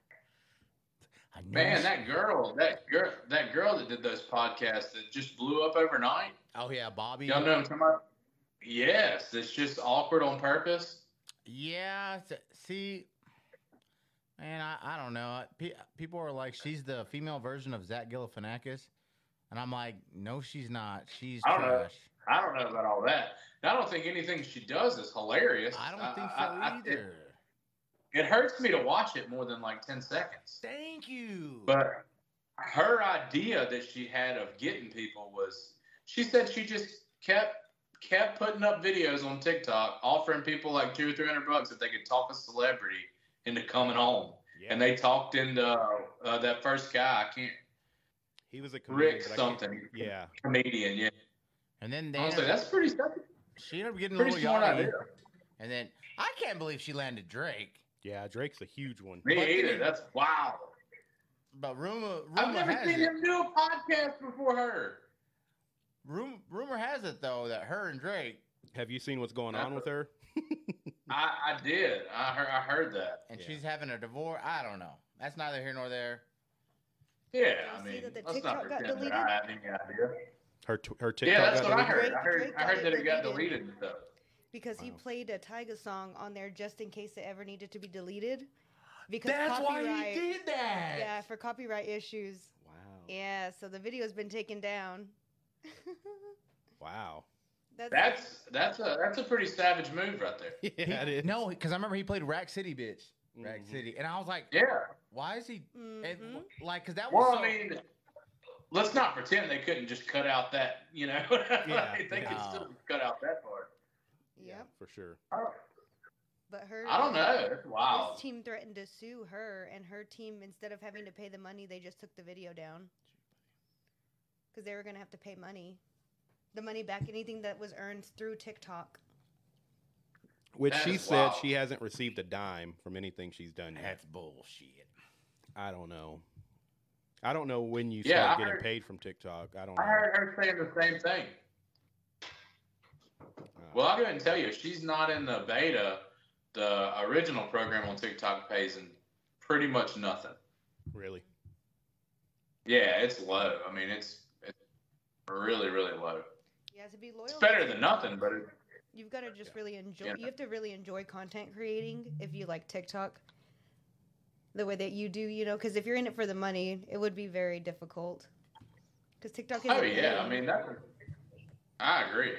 S3: I knew
S2: Man,
S3: this-
S2: that girl, that girl, that girl that did those podcasts that just blew up overnight.
S3: Oh yeah, Bobby.
S2: Y'all know what I'm talking about? Yes, it's just awkward on purpose.
S3: Yeah. s- See, man, I, I don't know. Pe- people are like, she's the female version of Zach Galifianakis, and I'm like, no, she's not. She's
S2: I don't know.
S3: trash.
S2: I don't know about all that. And I don't think anything she does is hilarious.
S3: I don't think so
S2: I- I-
S3: either.
S2: It, it hurts me to watch it more than like ten seconds.
S3: Thank you.
S2: But her idea that she had of getting people was, she said she just kept kept putting up videos on TikTok, offering people like two or three hundred bucks if they could talk a celebrity into coming on.
S5: Yeah,
S2: And they talked into uh, that first guy. I can't
S5: he was a comedian,
S2: Rick
S5: but I can't-
S2: something.
S5: Yeah,
S2: comedian. Yeah,
S3: and then they
S2: I was like,
S3: ended up-
S2: that's pretty. That's
S3: she ended up getting a
S2: pretty
S3: little
S2: smart idea.
S3: yachty, and then I can't believe she landed Drake.
S5: yeah. Drake's a huge one.
S2: Me
S3: But
S2: either.
S3: then-
S2: That's wow.
S3: But rumor, rumor
S2: I've never
S3: has
S2: seen
S3: it,
S2: him do a podcast before her.
S3: Rumor, rumor has it though that her and Drake,
S5: Have you seen what's going on with her?
S2: I, I did. I heard. I heard that.
S3: and
S5: Yeah.
S3: she's having a divorce. I don't know. That's neither here nor there.
S2: Yeah, I
S4: Did you see
S2: mean,
S4: that the
S2: let's not
S4: TikTok got
S2: pretend that
S4: deleted?
S2: I had any idea.
S5: Her t- her TikTok.
S2: Yeah, that's
S5: got
S2: what I heard.
S5: deleted?
S2: I heard.
S4: Drake
S2: I heard
S4: got
S2: that
S4: it
S2: it got
S4: deleted.
S2: deleted. Though.
S4: because he
S5: Wow.
S4: played a Tyga song on there just in case it ever needed to be deleted. Because
S3: That's why
S4: copyright,
S3: he did that. [LAUGHS]
S4: yeah, for copyright issues.
S5: Wow.
S4: Yeah, so the video's been taken down. [LAUGHS]
S5: Wow.
S4: That's,
S2: That's that's a that's a pretty savage move right there.
S5: Yeah,
S3: He-
S5: it is.
S3: No, because I remember he played Rack City, bitch. Rack
S5: Mhm.
S3: City, and I was like,
S2: Yeah.
S3: why is he? and,
S4: Mhm.
S3: like, because that was
S2: Well,
S3: so-
S2: I mean, let's not pretend they couldn't just cut out that. You know, [LAUGHS]
S5: Yeah,
S2: they could
S3: no.
S2: still cut out that part.
S5: Yeah,
S4: Yep.
S5: for sure.
S2: I don't-
S4: But her
S2: I don't know. That's wild.
S4: His team threatened to sue her, and her team, instead of having to pay the money, they just took the video down. Because they were going to have to pay money. The money back, anything that was earned through TikTok.
S5: Which
S2: That
S5: she
S2: is
S5: said
S2: wild.
S5: she hasn't received a dime from anything she's done yet.
S3: that's bullshit.
S5: I don't know. I don't know when you
S2: Yeah,
S5: start
S2: I
S5: getting
S2: heard-
S5: paid from TikTok. I don't.
S2: I
S5: know.
S2: heard her saying the same thing.
S5: Uh,
S2: Well, I'll go ahead and tell you, if she's not in the beta, the original program on TikTok pays in pretty much nothing.
S5: really.
S2: Yeah, it's low. I mean, it's, it's really, really low.
S4: You have to be loyal.
S2: It's
S4: to
S2: better than
S4: TikTok.
S2: nothing, but it,
S4: You've got to just
S5: Yeah.
S4: really enjoy.
S2: Yeah.
S4: You have to really enjoy content creating if you like TikTok. The way that you do, you know, because if you're in it for the money, it would be very difficult. Because TikTok is.
S2: oh
S4: a
S2: yeah, I
S4: game.
S2: mean that. I agree.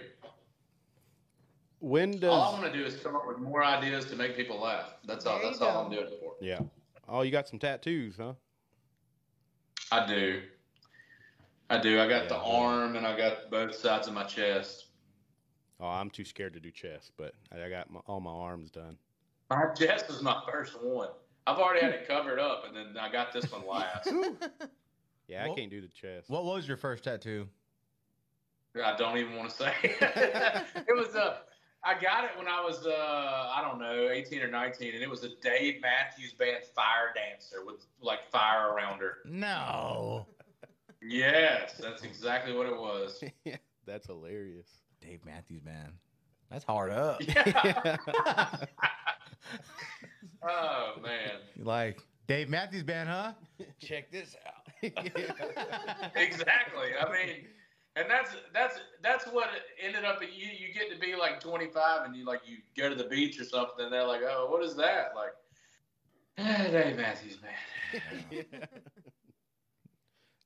S5: When does?
S2: All I want to do is come up with more ideas to make people laugh. That's all.
S4: There you
S2: That's all
S4: go.
S2: I'm doing it for.
S5: yeah. Oh, you got some tattoos, huh?
S2: I do. I do. I got the
S5: Yeah.
S2: arm and I got both sides of my chest.
S5: Oh, I'm too scared to do chest, but I I got my, all my arms done.
S2: My [LAUGHS] chest is my first one. I've already had it covered up, and then I got this one last.
S5: Yeah, I
S3: Well-
S5: can't do the chest.
S3: What was your first tattoo?
S2: I don't even want to say. it was a. I got it when I was uh, I don't know, 18 or 19, and it was a Dave Matthews Band fire dancer with like fire around her.
S3: No.
S2: Yes, that's exactly what it was. [LAUGHS]
S5: That's hilarious. [LAUGHS]
S3: Dave Matthews, man. That's hard up.
S2: Yeah. [LAUGHS] Oh man.
S3: like Dave Matthews Band,
S5: [LAUGHS]
S3: huh? Check this out.
S2: Exactly. I mean, and that's that's that's what ended up. You you get to be like 25, and you like you go to the beach or something, and they're like, oh, what is that? Like, "Ah, Dave Matthews man.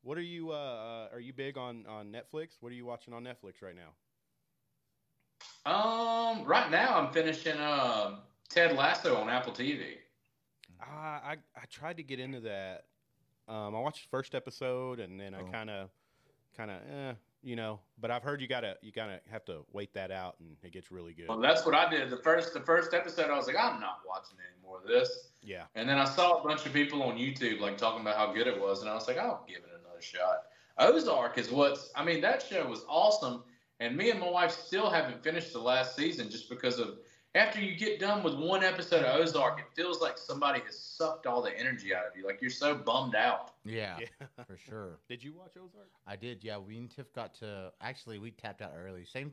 S5: what are you? Uh, uh, are you big on on Netflix? What are you watching on Netflix right now?
S2: Um, right now I'm finishing um Ted Lasso on Apple TV.
S5: Uh, I I tried to get into that. Um, I watched the first episode and then I
S3: Oh.
S5: kind of, kind of, eh, you know. But I've heard you gotta you gotta have to wait that out and it gets really good.
S2: Well, that's what I did. The first the first episode, I was like, I'm not watching any more of this.
S5: yeah.
S2: And then I saw a bunch of people on YouTube like talking about how good it was, and I was like, I'll give it another shot. Ozark is what's. I mean, that show was awesome, and me and my wife still haven't finished the last season just because of. After you get done with one episode of Ozark, it feels like somebody has sucked all the energy out of you. Like you're so bummed out.
S3: [LAUGHS] yeah,
S5: Yeah.
S3: for sure.
S5: Did you watch Ozark?
S3: I did. Yeah, we and Tiff got to actually we tapped out early. Same,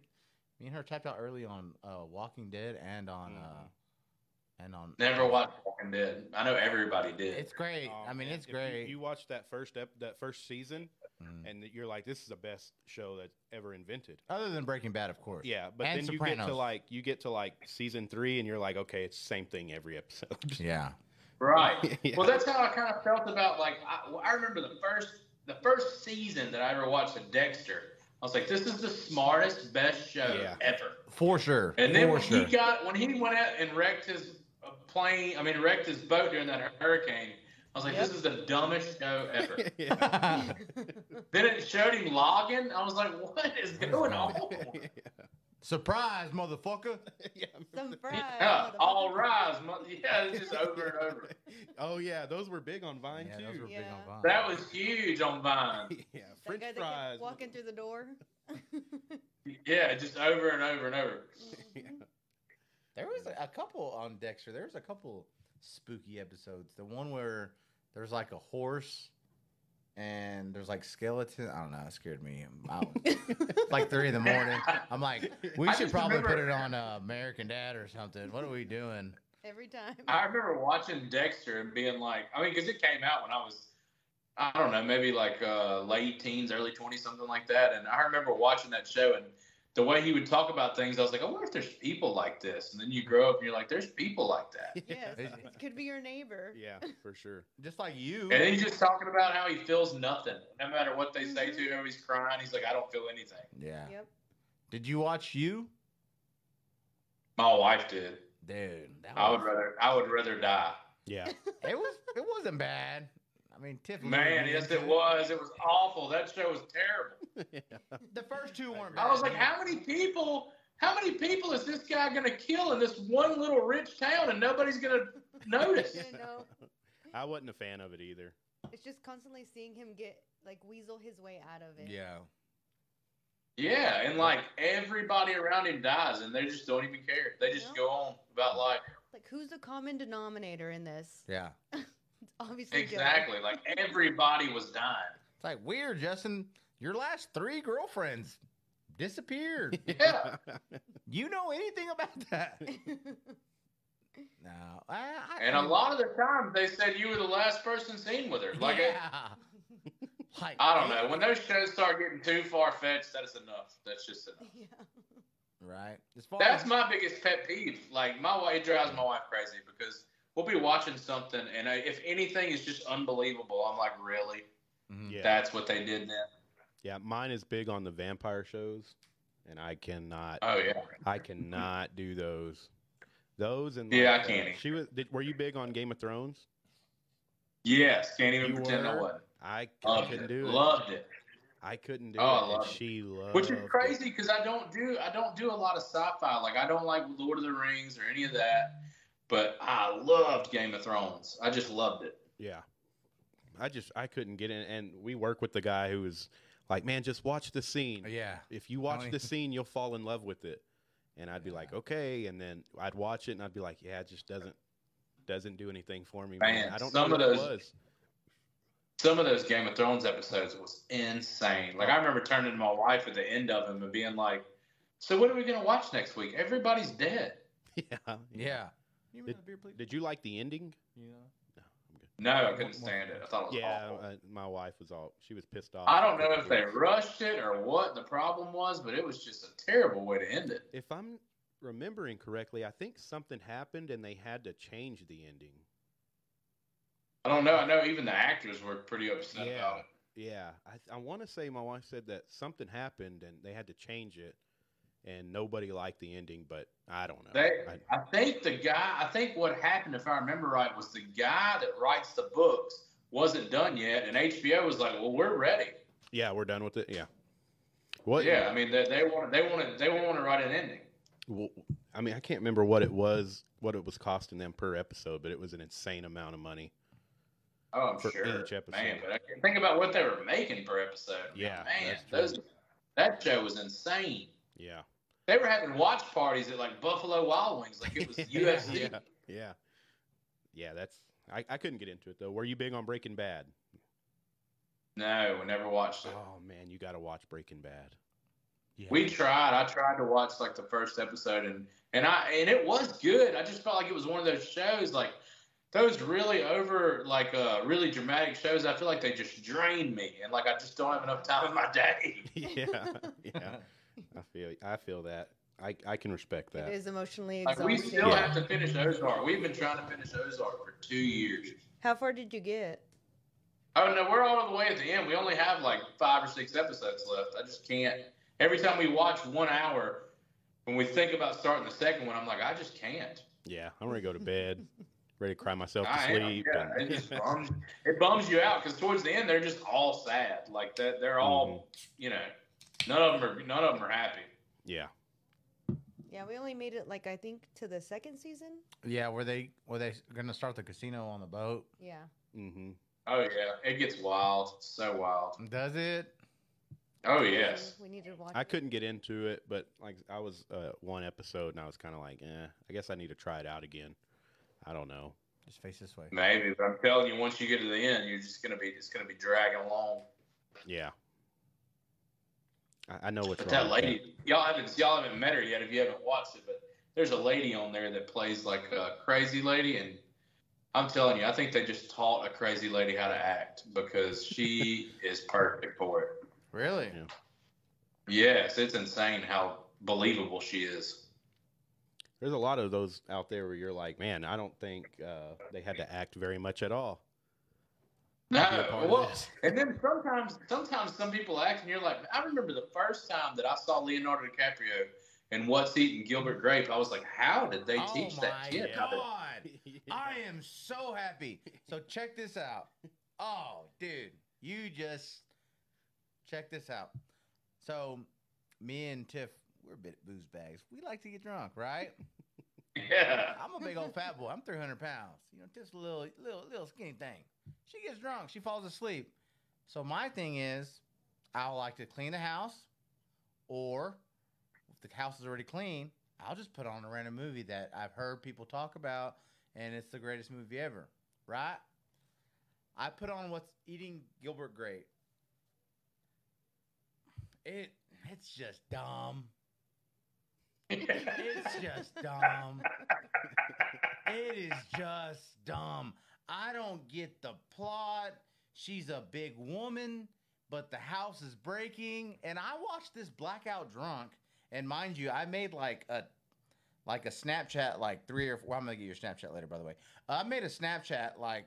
S3: me and her tapped out early on uh, Walking Dead and on
S5: Mhm.
S3: uh, and on.
S2: Never watched Walking Dead. I know everybody did.
S3: It's great.
S5: Oh,
S3: I mean,
S5: man,
S3: it's
S5: if you-
S3: great.
S5: You, watched that first ep- that first season,
S3: Mm.
S5: and that you're like, this is the best show that's ever invented.
S3: Other than Breaking Bad, of course.
S5: Yeah, but
S3: And
S5: then you get to
S3: Sopranos.
S5: like you get to like season three, and you're like, okay, it's the same thing
S3: [LAUGHS]
S5: every episode. [LAUGHS]
S3: Yeah.
S2: Right.
S5: Yeah.
S2: Well, that's how I kind of felt about like I, well, I remember the first the first season that I ever watched of Dexter. I was like, this is the smartest, best show
S5: Yeah.
S2: ever.
S3: For sure.
S2: And then
S3: For
S2: when
S3: sure.
S2: he got when he went out and wrecked his uh, plane, I mean wrecked his boat during that hurricane. I was like, this is the dumbest show
S5: [LAUGHS]
S2: ever.
S5: yeah.
S2: then it showed him logging. I was like, what is going on?
S3: [LAUGHS] Surprise, motherfucker.
S5: Yeah.
S4: Some fries.
S2: Yeah, all
S4: motherfucker.
S2: rise. mo- Yeah, it's just over and over.
S5: Oh yeah, those were big on Vine
S3: yeah,
S5: too.
S3: those were big on
S4: Yeah.
S3: Vine.
S2: That was huge on Vine.
S5: [LAUGHS] yeah,
S4: That
S5: French
S4: guy that kept
S5: fries.
S4: Walking through the door.
S5: [LAUGHS]
S2: Yeah, just over and over and over.
S4: Mm-hmm.
S3: There was a, a couple on Dexter. There was a couple spooky episodes. The one where there's like a horse and there's like skeleton. I don't know. It scared me.
S2: [LAUGHS]
S3: I was- it's like three in the morning. I'm like, we
S2: I
S3: should
S2: just
S3: probably put
S2: remember-
S3: it on uh, American Dad or something. What are
S2: [LAUGHS]
S3: we doing?
S4: Every time.
S2: I remember watching Dexter and being like, I mean, because it came out when I was, I don't know, maybe like uh, late teens, early 20s, something like that. And I remember watching that show and the way he would talk about things, I was like, I wonder if there's people like this. And then you grow up and you're like, there's people like that.
S4: Yes, it could be your neighbor.
S5: yeah, for sure.
S3: Just like you.
S2: And he's just talking about how he feels nothing. No matter what they say to him, he's crying. He's like, I don't feel anything.
S3: Yeah.
S4: Yep.
S5: [LAUGHS]
S4: [LAUGHS]
S3: Did you watch you?
S2: My wife did.
S3: Dude, that
S2: I
S3: was,
S2: would rather, I would rather die.
S5: Yeah,
S3: it was it wasn't bad. I mean, Tiffany.
S2: Man, yes, it was. It was awful. That show was terrible.
S3: The first two weren't bad.
S2: I was like, how many people? How many people is this guy gonna kill in this one little rich town, and nobody's gonna
S4: [LAUGHS]
S2: notice?
S4: You know,
S5: I wasn't a fan of it either.
S4: it's just constantly seeing him get like weasel his way out of it.
S3: Yeah.
S2: yeah, and like everybody around him dies, and they just don't even care. They just
S4: No.
S2: go on about life.
S4: Like who's the common denominator in this?
S3: Yeah.
S4: obviously doing.
S2: Exactly. Like everybody was dying.
S3: It's like weird, Justin. Your last three girlfriends
S5: [LAUGHS]
S3: disappeared.
S2: Yeah.
S3: you know anything about that? No, I, I,
S2: And a lot of the times they said you were the last person seen with her. Like I [LAUGHS]
S3: yeah. like
S2: I don't know. When those shows start getting too far fetched, that's enough. That's just enough.
S4: [LAUGHS] yeah.
S3: right? As far
S2: That's
S3: as-
S2: my biggest pet peeve. Like my wife, it drives my wife crazy because we'll be watching something, and I, if anything is just unbelievable, I'm like, really?
S3: Mhm.
S5: Yeah.
S2: That's what they did then?
S5: Yeah, mine is big on the vampire shows, and I cannot,
S2: Oh yeah.
S5: I cannot do those. Those and
S2: Yeah,
S5: like,
S2: I can't
S5: uh,
S2: either.
S5: She was. Did, were you big on Game of Thrones?
S2: Yes. Can't even
S5: You
S2: pretend I
S5: were?
S2: wasn't.
S5: I, I
S2: Loved
S5: couldn't
S2: it.
S5: do it.
S2: Loved it.
S5: I couldn't do
S2: Oh, I
S5: it. and
S2: loved it.
S5: she loved.
S2: Which is
S5: it.
S2: crazy because I don't do I don't do a lot of sci-fi. Like I don't like Lord of the Rings or any of that. But I loved Game of Thrones. I just loved it.
S5: Yeah. I just I couldn't get in, and we work with the guy who was like, man, just watch the scene.
S3: yeah.
S5: If you watch
S3: mean-
S5: the scene, you'll fall in love with it. And I'd be like, okay, and then I'd watch it, and I'd be like, yeah, it just doesn't doesn't do anything for me. Man,
S2: Man,
S5: I don't
S2: some
S5: know
S2: of
S5: what it
S2: those-
S5: was. [LAUGHS]
S2: Some of those Game of Thrones episodes was insane. Like I remember turning to my wife at the end of them and being like, "So what are we gonna watch next week? Everybody's dead."
S5: yeah,
S3: Yeah. You
S5: Did-
S3: beer, please?
S5: Did you like the ending?
S3: You know?
S2: No, I couldn't stand it. I thought it was
S5: Yeah,
S2: awful.
S5: uh, my wife was all she was pissed off.
S2: Oh. I
S5: at
S2: don't know
S5: the
S2: if they
S5: ending.
S2: rushed it or what the problem was, but it was just a terrible way to end it.
S5: If I'm remembering correctly, I think something happened, and they had to change the ending.
S2: I don't know. I know even the actors were pretty upset
S5: Yeah.
S2: about it.
S5: Yeah, I, I want to say my wife said that something happened and they had to change it, and nobody liked the ending, but I don't know.
S2: They,
S5: I-
S2: I think the guy, I think what happened, if I remember right, was the guy that writes the books wasn't done yet, and HBO was like, "Well, we're ready."
S5: yeah, we're done with it. Yeah. What?
S2: yeah, I mean, they, they want, they want to, they want to write an ending.
S5: w- I mean, I can't remember what it was, what it was costing them per episode, but it was an insane amount of money.
S2: Oh, I'm
S5: For
S2: sure,
S5: each episode.
S2: man. But I can think about what they were making per episode.
S5: Yeah,
S2: man,
S5: that's true.
S2: those, that show was insane. [LAUGHS]
S5: Yeah.
S2: They were having watch parties at like Buffalo Wild Wings, like it was UFC.
S5: [LAUGHS] Yeah. Yeah. Yeah. That's. I, I couldn't get into it though. Were you big on Breaking Bad?
S2: No, we never watched it.
S5: Oh man, you got to watch Breaking Bad.
S3: Yeah.
S2: We tried. I tried to watch like the first episode, and and I and it was good. I just felt like it was one of those shows, like those really over, like uh, really dramatic shows. I feel like they just drain me, and like I just don't have enough time in my day.
S5: [LAUGHS] yeah. Yeah. I feel. I feel that. I I can respect that.
S4: It is emotionally
S2: Like
S4: exhausting.
S2: we still
S5: Yeah.
S2: have to finish Ozark. We've been trying to finish Ozark for two years.
S4: How far did you get?
S2: Oh no, we're all the way at the end. We only have like five or six episodes left. I just can't. Every time we watch one hour, when we think about starting the second one, I'm like, I just can't.
S5: Yeah, I'm gonna go to bed, ready to cry myself to
S2: I am,
S5: sleep.
S2: yeah.
S5: and-
S2: it,
S5: [LAUGHS]
S2: just bums, it bums you out because towards the end they're just all sad. Like that, they're all
S5: Mm-hmm.
S2: you know, none of them are none of them are happy.
S5: yeah,
S4: Yeah, we only made it like I think to the second season.
S3: Yeah, were they were they gonna start the casino on the boat?
S4: Yeah.
S5: hmm
S2: Oh yeah, it gets wild, so wild.
S3: Does it?
S2: Oh yes,
S4: We need to watch.
S5: I couldn't get into it, but like I was uh, one episode and I was kind of like, eh, I guess I need to try it out again. I don't know.
S3: Just face this way.
S2: maybe. But I'm telling you, once you get to the end, you're just gonna be it's gonna be dragging along.
S5: Yeah, I, I know what's
S2: But
S5: wrong.
S2: that
S5: with
S2: lady, y'all haven't y'all haven't met her yet if you haven't watched it. But there's a lady on there that plays like a crazy lady, and I'm telling you, I think they just taught a crazy lady how to act because
S5: [LAUGHS]
S2: she is perfect for it.
S3: Really?
S5: Yeah.
S2: Yes, it's insane how believable she is.
S5: There's a lot of those out there where you're like, man, I don't think uh, they had to act very much at all.
S2: No,
S5: to be a part of
S2: well,
S5: this.
S2: and then sometimes, sometimes some people act, and you're like, I remember the first time that I saw Leonardo DiCaprio in What's Eating Gilbert Grape, I was like, how did they
S3: oh
S2: teach
S3: my
S2: that kid? how to-
S3: god! [LAUGHS] I am so happy. So check this out. Oh, dude, you just check this out. So me and Tiff, we're a bit booze bags. We like to get drunk, right?
S2: [LAUGHS] Yeah,
S3: I'm a big old fat boy. I'm 300 pounds. You know, just a little, little, little skinny thing. She gets drunk. She falls asleep. So my thing is, I would like to clean the house, or if the house is already clean, I'll just put on a random movie that I've heard people talk about, and it's the greatest movie ever, right? I put on what's eating Gilbert Grape. It it's just dumb. It's just dumb. it is just dumb. I don't get the plot. She's a big woman, but the house is breaking. And I watched this blackout drunk. And mind you, I made like a like a Snapchat like three or four. I'm gonna get your Snapchat later, by the way. I made a Snapchat like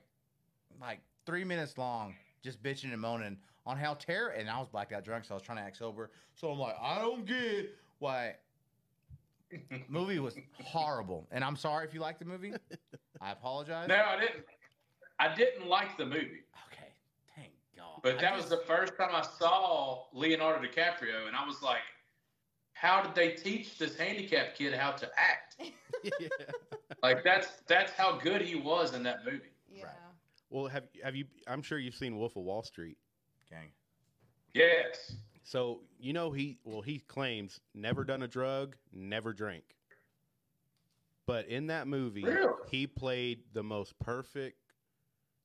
S3: like three minutes long, just bitching and moaning on how terrible. And I was blackout drunk, so I was trying to act sober. So I'm like, I don't get
S2: [LAUGHS]
S3: why movie was horrible. And I'm sorry if you liked
S2: [LAUGHS]
S3: the movie. I apologize.
S2: no, I didn't. I didn't like the movie,
S3: Okay. Thank God.
S2: but
S3: I
S2: that
S3: just-
S2: was the first time I saw Leonardo DiCaprio, and I was like, "How did they teach this handicapped kid how to
S3: [LAUGHS]
S2: act?
S5: [LAUGHS] yeah.
S2: Like that's that's how good he was in that movie."
S4: Yeah.
S5: Well, have have you? I'm sure you've seen Wolf of Wall Street.
S3: Gang.
S2: Yes.
S5: So you know he well he claims never done a drug, never drank. But in that movie,
S2: Really?
S5: he played the most perfect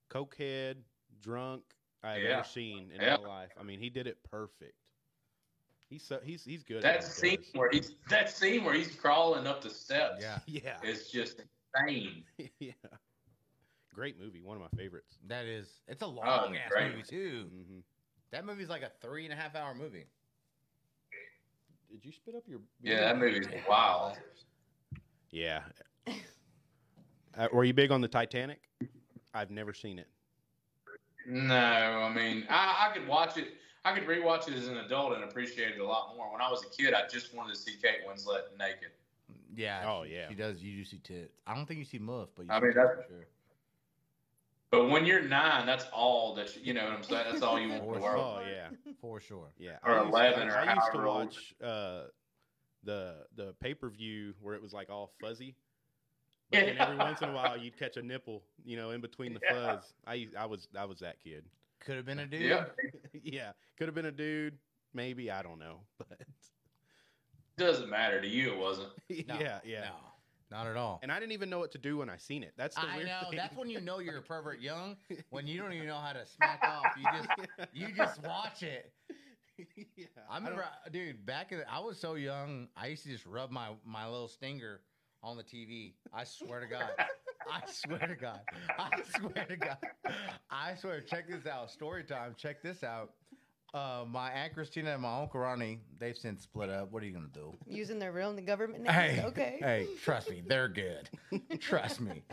S5: cokehead, drunk I've
S2: Yeah.
S5: ever seen in
S2: Yeah.
S5: my life. I mean, he did it perfect. He's so, he's he's good.
S2: That
S5: at what he
S2: scene
S5: does.
S2: where he's that scene where he's crawling up the steps
S3: Yeah.
S5: [LAUGHS] yeah, [LAUGHS]
S2: is just insane.
S5: yeah, great movie, one of my favorites.
S3: That is. It's a long ass
S2: Oh, great.
S3: movie too.
S5: hmm
S3: That movie's like a three and a half hour movie.
S5: Did you spit up your?
S2: [LAUGHS] Yeah, that movie's wild.
S5: Yeah. uh, were you big on the Titanic? I've never seen it.
S2: No, I mean I, I could watch it. I could rewatch it as an adult and appreciate it a lot more. When I was a kid, I just wanted to see Kate Winslet naked.
S3: Yeah.
S5: Oh,
S3: she-
S5: yeah.
S3: She does. You do see tit. I don't think you see muff, but you
S2: I
S3: see
S2: mean,
S3: tits
S2: that's-
S3: for sure.
S2: But when you're nine, that's all that you, you know what I'm saying. That's all you want in the [LAUGHS]
S3: Or
S2: world.
S5: Oh yeah.
S3: For sure.
S5: Yeah,
S2: Or
S5: I used-
S2: 11 or
S5: I used to
S2: however old.
S5: watch uh, the the pay per view where it was like all fuzzy, but then every once in a while you'd catch a nipple, you know, in between the
S2: Yeah.
S5: fuzz. I used- I was I was that kid. [LAUGHS]
S3: Could have been a dude.
S2: Yeah,
S5: yeah, could have been a dude, maybe I don't know, [LAUGHS] but
S2: doesn't matter to you. It wasn't.
S3: [LAUGHS] No,
S5: yeah, yeah.
S3: No. Not at all.
S5: And I didn't even know what to do when I seen it. That's the
S3: I
S5: weird
S3: know.
S5: thing.
S3: That's when you know you're a pervert young. When you don't even know how to smack off. You just you just watch it.
S5: [LAUGHS] yeah,
S3: I
S5: don't-
S3: remember, I- dude, back in the, I was so young, I used to just rub my my little stinger on the TV. I swear to God. I swear to God. I swear to God. I swear, check this out. Story time. Check this out. Uh, my Aunt Christina and my Uncle Ronnie, they've since split up. What are you going to do?
S4: Using their real and the government names.
S3: Hey,
S4: okay.
S3: [LAUGHS] Hey, trust me, they're good. trust me.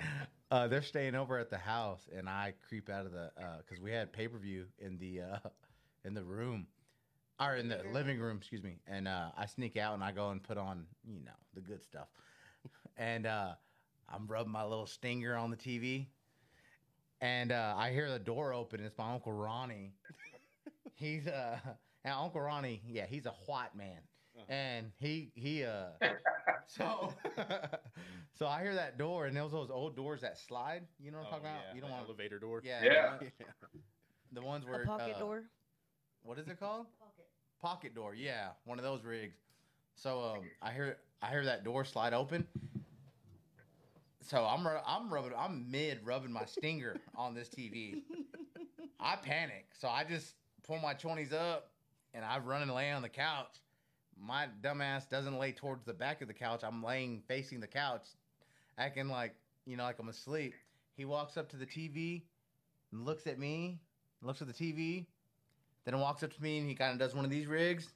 S3: Uh, they're staying over at the house, and I creep out of the because we had pay per view in the uh, in the room or in the living room, excuse me. And uh, I sneak out and I go and put on you know the good stuff, and uh, I'm rubbing my little stinger on the TV, and uh, I hear the door open. It's my uncle Ronnie. He's uh now Uncle Ronnie, yeah, he's a white man,
S5: Uh-huh.
S3: and he he
S5: [LAUGHS]
S3: uh so [LAUGHS] so I hear that door, and there was those old doors that slide. You know what I'm
S5: Oh,
S3: talking
S5: yeah,
S3: about? You don't
S5: the
S3: want to.
S5: elevator door.
S3: Yeah.
S2: Yeah.
S3: the one- The ones where
S4: A pocket
S3: uh,
S4: [LAUGHS] door.
S3: What is it called?
S4: Pocket.
S3: Pocket door. Yeah, one of those rigs. So um, I hear I hear that door slide open. So I'm ru- I'm rubbing I'm mid rubbing my stinger on this TV. I panic, so I just pull my twenties up and I run and lay on the couch. My dumbass doesn't lay towards the back of the couch. I'm laying facing the couch, acting like you know like I'm asleep. He walks up to the TV, and looks at me, looks at the TV, then walks up to me and he kind of does one of these rigs,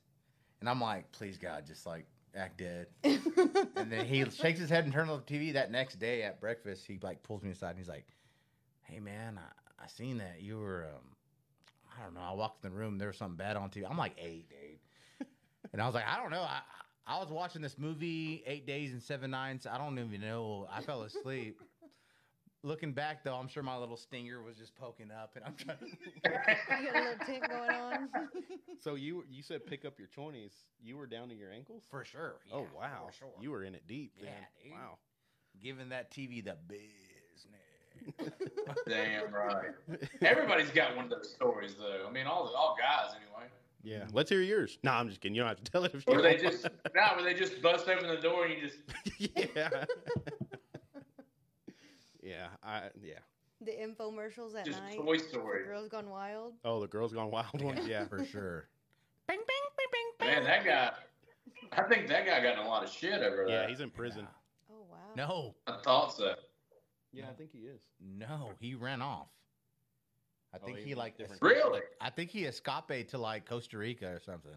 S3: and I'm like, please God, just like act dead. And then he shakes his head and turns on the TV. That next day at breakfast, he like pulls me aside and he's like, "Hey man, I, I seen that you were, um, I don't know. I walked in the room. There was something bad on TV. I'm like eight, dude." and I was like, "I don't know. I I was watching this movie Eight Days and Seven Nights. I don't even know. I fell asleep." Looking back though, I'm sure my little stinger was just poking up, and I'm trying. to...
S4: You got a little tint going on.
S5: [LAUGHS]
S4: [LAUGHS]
S5: So you you said pick up your twenties. You were down to your ankles.
S3: For sure.
S5: oh
S3: yeah,
S5: wow,
S3: For sure.
S5: you were in it deep.
S3: Yeah,
S5: then.
S3: dude.
S5: Wow.
S3: giving that TV the business.
S2: [LAUGHS] Damn right. Everybody's got one of those stories though. I mean, all the all guys anyway.
S5: Yeah. Let's hear yours. No, I'm just kidding. You don't have to [LAUGHS] tell it if you
S2: Where they [LAUGHS]
S5: don't
S2: just now where they just bust open the door
S5: [LAUGHS]
S2: and you just
S5: want. yeah. yeah. I yeah.
S4: the infomercials at
S2: Just
S4: night.
S2: Toy
S4: for
S2: Story.
S4: Girls Gone Wild.
S5: Oh, the girls gone wild one. Yeah.
S3: for [LAUGHS] sure.
S4: Bing, bing, bing, bing,
S2: Man,
S4: bing.
S2: that guy. I think that guy got in a lot of shit over that.
S5: Yeah, he's in prison.
S4: Oh wow.
S3: No,
S2: I thought so.
S5: Yeah, I think he [LAUGHS] is.
S3: no, he ran off. I
S5: Oh,
S3: think
S5: he
S3: he
S5: went
S3: like
S5: different-
S3: escaped-
S2: Really?
S3: I think he escaped to like Costa Rica or something.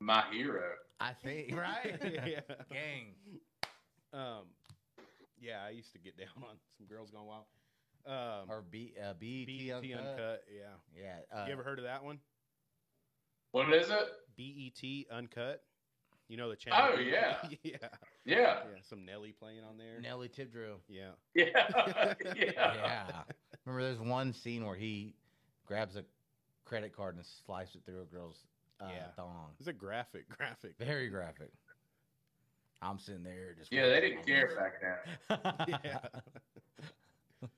S2: My hero.
S3: I think [LAUGHS] right.
S5: [LAUGHS] yeah.
S3: Gang.
S5: Um, yeah, I used to get down on some girls gone wild. Um,
S3: or B uh, BET
S5: BET
S3: uncut.
S5: uncut. Yeah.
S3: Yeah. Uh,
S5: you ever heard of that one?
S2: What is it?
S5: BET uncut. You know the channel.
S2: Oh, yeah.
S5: [LAUGHS] yeah.
S2: Yeah.
S5: Yeah. Some Nelly playing on there.
S3: Nelly Tibdrew?
S5: Yeah.
S2: Yeah. [LAUGHS] yeah.
S3: Yeah. Remember, there's one scene where he grabs a credit card and slices it through a girl's uh,
S5: Yeah.
S3: thong.
S5: It's a graphic. Graphic.
S3: [LAUGHS] Very graphic. I'm sitting there just.
S2: Yeah, they didn't care back then.
S3: [LAUGHS] then.
S5: Yeah.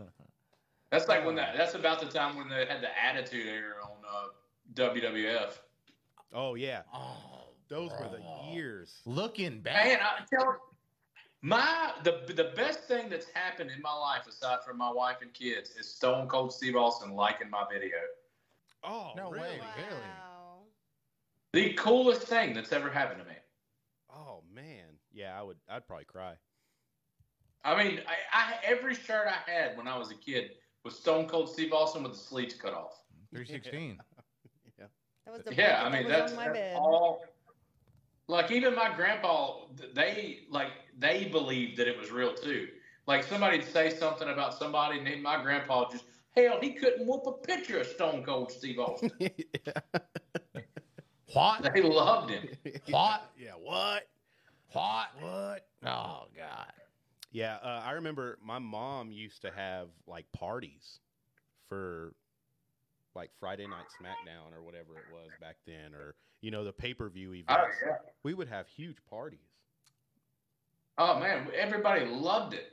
S2: That's like when that. That's about the time when they had the attitude era on uh, WWF.
S5: Oh yeah.
S3: Oh,
S5: Those were
S3: bro.
S5: the years.
S3: Looking
S2: Man,
S3: back,
S2: I tell my the the best thing that's happened in my life aside from my wife and kids is Stone Cold Steve Austin liking my video.
S5: Oh
S3: No
S5: really?
S3: way. really?
S4: Wow.
S2: The coolest thing that's ever happened to me.
S5: Oh man. Yeah, I would. I'd probably cry.
S2: I mean, I, I every shirt I had when I was a kid was Stone Cold Steve Austin with the sleeves cut off.
S5: [LAUGHS]
S3: 316.
S4: That was the
S2: yeah, [LAUGHS] I
S4: blanket
S2: mean
S4: that
S2: that's,
S4: was on my
S2: that's
S4: bed.
S2: all. Like even my grandpa, th- they like they believed that it was real too. Like somebody'd say something about somebody, and then my grandpa just hell, he couldn't whoop a picture of Stone Cold Steve
S4: [LAUGHS]
S2: Austin.
S3: What?
S2: they loved him.
S3: What?
S5: Yeah. What?
S3: What?
S5: What?
S3: Oh God.
S5: Yeah, uh, I remember my mom used to have like parties for like Friday Night SmackDown or whatever it was back then, or you know the pay per view events.
S2: Oh yeah.
S5: We would have huge parties.
S2: Oh man, everybody loved it.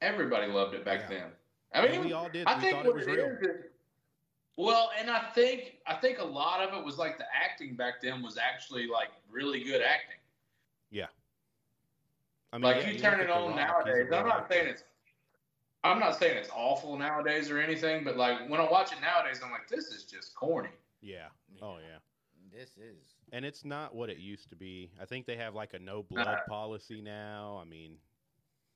S2: Everybody loved it back
S5: Yeah.
S2: then. I mean,
S5: And
S2: it was
S5: we all did.
S2: I
S5: we
S2: think
S5: thought
S2: what
S5: it was
S2: it
S5: real.
S2: is is- well, and I think I think a lot of it was like the acting back then was actually like really good acting.
S5: I mean,
S2: Like
S5: yeah,
S2: you
S5: look
S2: turn
S5: at
S2: it
S5: The
S2: on
S5: Rock,
S2: nowadays.
S5: he's a
S2: I'm not
S5: rock.
S2: saying it's I'm not saying it's awful nowadays or anything, but like when I watch it nowadays, I'm like, this is just corny.
S5: Yeah. Oh yeah.
S3: This is.
S5: And it's not what it used to be. I think they have like a no blood
S2: Uh-uh.
S5: policy now. I mean,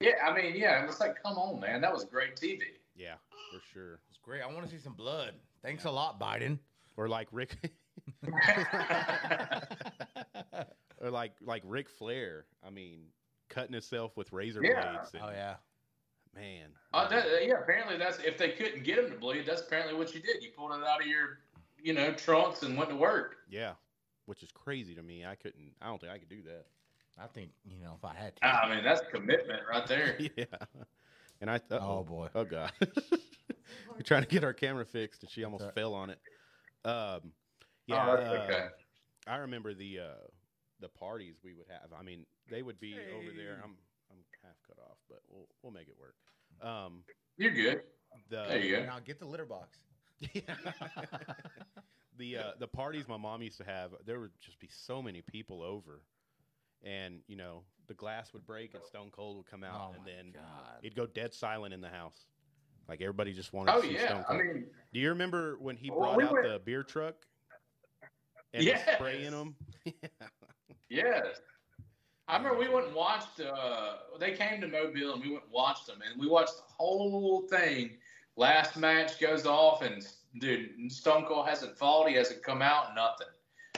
S2: Yeah, I mean, yeah, it's like, come on, man, that was great
S5: [LAUGHS]
S2: TV.
S5: yeah, for sure.
S3: It's great. I want to see some blood. Thanks a lot, Biden.
S5: Or like Rick, [LAUGHS] or like like Ric Flair. I mean, cutting himself with razor
S2: Yeah.
S5: blades. and-
S3: Oh yeah.
S5: Man.
S2: [LAUGHS] Uh, that, yeah, apparently that's if they couldn't get him to bleed, that's apparently what you did. You pulled it out of your, you know, trunks and went to work.
S5: yeah. Which is crazy to me. I couldn't, I don't think I could do that. [LAUGHS]
S3: I think you know if I had to.
S2: Ah, I mean, that's commitment right there.
S5: [LAUGHS] yeah. And I, uh
S3: oh
S5: oh,
S3: boy.
S5: oh God. [LAUGHS] We're trying to get our camera fixed and she almost
S3: Sorry.
S5: fell on it. Um, yeah.
S2: oh, that's
S5: uh,
S2: okay.
S5: I remember the, uh, the parties we would have. I mean, they would be over there. I'm, I'm half cut off, but we'll, we'll make it work. Um,
S2: You're good.
S5: the,
S2: There you go.
S3: Now get the litter box.
S5: [LAUGHS]
S3: [LAUGHS] Oh,
S5: the uh, the parties my mom used to have, there would just be so many people over, and you know the glass would break and Stone Cold would come out,
S3: Oh
S5: and
S3: my
S5: then
S3: God.
S5: it'd go dead silent in the house, like everybody just wanted
S2: Oh
S5: to see
S2: yeah,
S5: Stone
S2: I
S5: Cold.
S2: mean,
S5: Do you remember when he
S2: Well,
S5: brought
S2: we
S5: out
S2: went-
S5: the beer truck
S2: [LAUGHS]
S5: and was spraying
S2: Yes.
S5: them?
S2: yes. I remember we went and watched. Uh, they came to Mobile and we went and watched them, and we watched the whole thing. Last match goes off, and dude, Stone Cold hasn't fought. He hasn't come out. Nothing.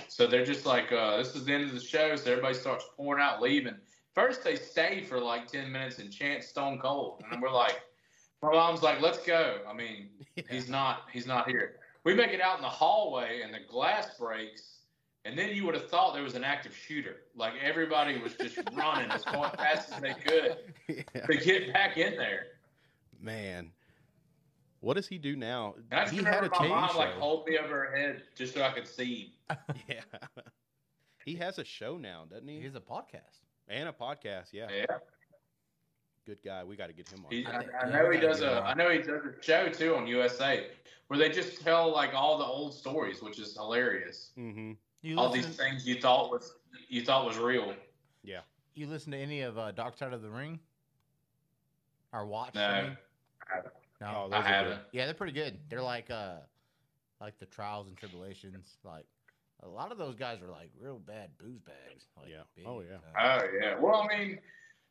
S2: So they're just like, uh, this is the end of the show. So everybody starts pouring out, leaving. First, they stay for like ten minutes and chant Stone Cold, and we're like, my mom's like, let's go. I mean, he's not, he's not here. We make it out in the hallway, and the glass breaks, and then you would have thought there was an active shooter. Like everybody was
S5: [LAUGHS]
S2: just running as far- fast as they could
S5: [LAUGHS] Yeah.
S2: to get back in there.
S5: Man, what does he do now?
S2: And I just
S5: He had
S2: remember
S5: a
S2: my
S5: TV
S2: mom like
S5: show.
S2: hold me over her head just so I could see.
S5: [LAUGHS] Yeah, he has a show now, doesn't he?
S3: He's a podcast.
S5: and a podcast. Yeah,
S2: Yeah,
S5: good guy. We got to get him on.
S2: he, I,
S3: think-
S2: I
S3: yeah,
S2: know
S3: we
S2: he
S3: gotta
S2: does
S3: get him
S2: a.
S3: on.
S2: I know he does a show too on USA where they just tell like all the old stories, which is hilarious.
S5: mm-hmm.
S3: You
S2: All
S3: listen,
S2: these things you thought was you thought was real.
S3: you listen to any of uh, Dark Side of the Ring? Or watch?
S2: No.
S3: I mean? No.
S5: Oh, those
S2: I
S5: are good.
S2: haven't.
S3: Yeah, they're pretty good. They're like uh like the trials and tribulations. Like a lot of those guys are like real bad booze bags. Like, uh,
S5: Yeah. Oh, yeah.
S3: time.
S2: Oh yeah. Well, I mean,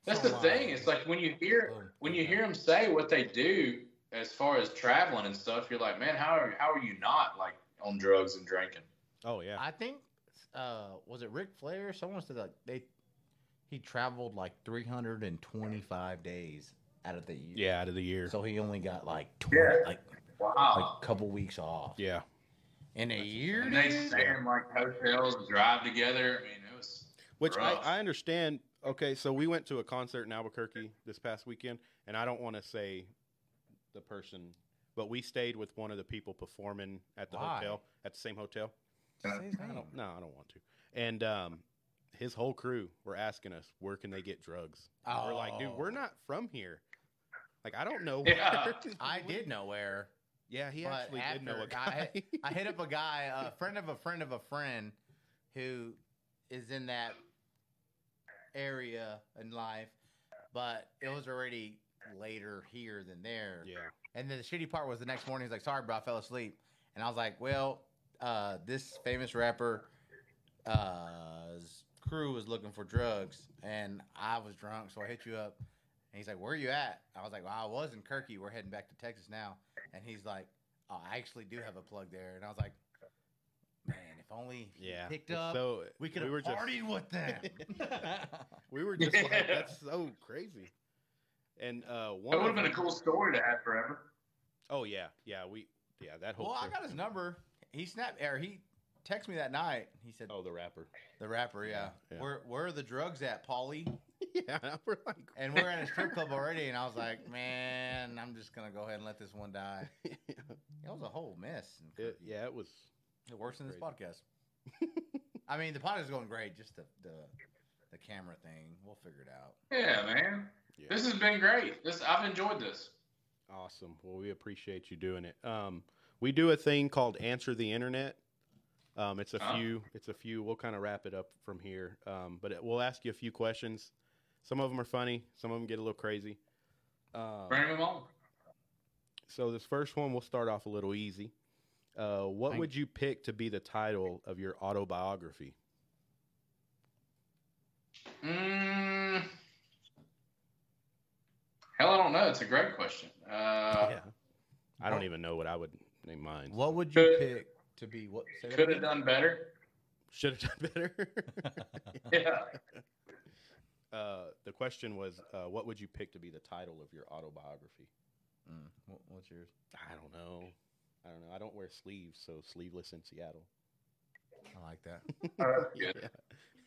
S2: that's
S3: So
S2: the
S3: am
S2: thing.
S3: I.
S2: It's like when you hear
S3: Boom.
S2: when you hear them say what they do as far as traveling and stuff, you're like, man, how are how are you not like on drugs and drinking?
S5: Oh yeah.
S3: I think uh was it Ric Flair? Someone said like they he traveled like 325 days out of the year.
S5: Yeah, out of the year.
S3: So he only got like 20,
S2: Yeah.
S3: like like
S2: Wow.
S3: a couple weeks off.
S5: yeah.
S3: In a year,
S2: and they
S3: dude?
S2: stay in like hotels and drive together. I mean, it was
S5: Which I,
S2: Rough.
S5: I understand. Okay, so we went to a concert in Albuquerque this past weekend, and I don't want to say the person, but we stayed with one of the people performing at the
S3: Why?
S5: hotel, at the same hotel.
S3: Say his
S5: I
S3: name.
S5: don't, no, I don't want to. And um, his whole crew were asking us, where can they get drugs? And We're like, dude,
S3: Oh.
S5: we're not from here. Like, I don't know.
S2: Yeah.
S5: where."
S3: I did know where.
S5: Yeah, he
S3: But
S5: actually did know a
S3: after
S5: guy.
S3: I hit up a guy, a friend of a friend of a friend, who is in that area in life, but it was already later here than there.
S5: [LAUGHS] yeah.
S3: And then the shitty part was the next morning. He's like, "Sorry, bro, I fell asleep." And I was like, "Well, uh, this famous rapper, uh, his crew was looking for drugs, and I was drunk, so I hit you up." And he's like, "Where you at?" I was like, "Well, I was in Kirky. We're heading back to Texas now." And he's like, oh, "I actually do have a plug there." And I was like, "Man, if only he
S5: Yeah.
S3: picked
S5: It's
S3: up,
S5: So
S3: we could have
S5: were just-
S3: partied with them."
S5: [LAUGHS]
S3: [LAUGHS]
S5: We were just like,
S2: Yeah.
S5: that's so crazy. And uh,
S2: That would
S5: one
S2: have
S5: of
S2: been a
S5: them-
S2: cool story to have forever.
S5: Oh yeah, yeah. We yeah that whole.
S3: well, I
S5: trip. [LAUGHS]
S3: got his number. He snapped or he texted me that night. He said,
S5: Oh, the rapper.
S3: The rapper, yeah.
S5: Yeah.
S3: Where where are the drugs at, Paulie?
S5: yeah, [LAUGHS] we're like,
S3: And we're at a strip club already, and I was like, man, I'm just gonna go ahead and let this one die. It was a whole mess. and
S5: it,
S3: cookie.
S5: yeah, it was.
S3: it works in this
S5: Crazy. [LAUGHS]
S3: podcast. I mean, the podcast is going great. Just the the, the camera thing, we'll figure it out.
S2: Yeah, man.
S5: Yeah.
S2: This has been great. This I've enjoyed this.
S5: Awesome. Well, we appreciate you doing it. Um, we do a thing called Answer the Internet. Um, it's a
S2: Huh?
S5: few. It's a few. We'll kind of wrap it up from here. Um, but it, we'll ask you a few questions. Some of them are funny. Some of them get a little crazy. Um,
S2: Bring them on.
S5: so this first one, we'll start off a little easy. Uh, what
S3: Thank-
S5: would you pick to be the title of your autobiography?
S2: Mm, hell, I don't know. It's a great question. Uh,
S5: I don't
S3: Well-
S5: even know what I would name mine.
S3: What would
S2: you
S3: you
S2: Could-
S3: pick to be what?
S2: Could have done better. [LAUGHS]
S5: Should have done [LAUGHS] better.
S2: Yeah.
S5: uh, the question was, uh, what would you pick to be the title of your autobiography?
S3: Mm, what's yours?
S5: I don't know. I don't know. I don't wear sleeves, so sleeveless in Seattle.
S3: I like that. [LAUGHS]
S2: Oh, that's good.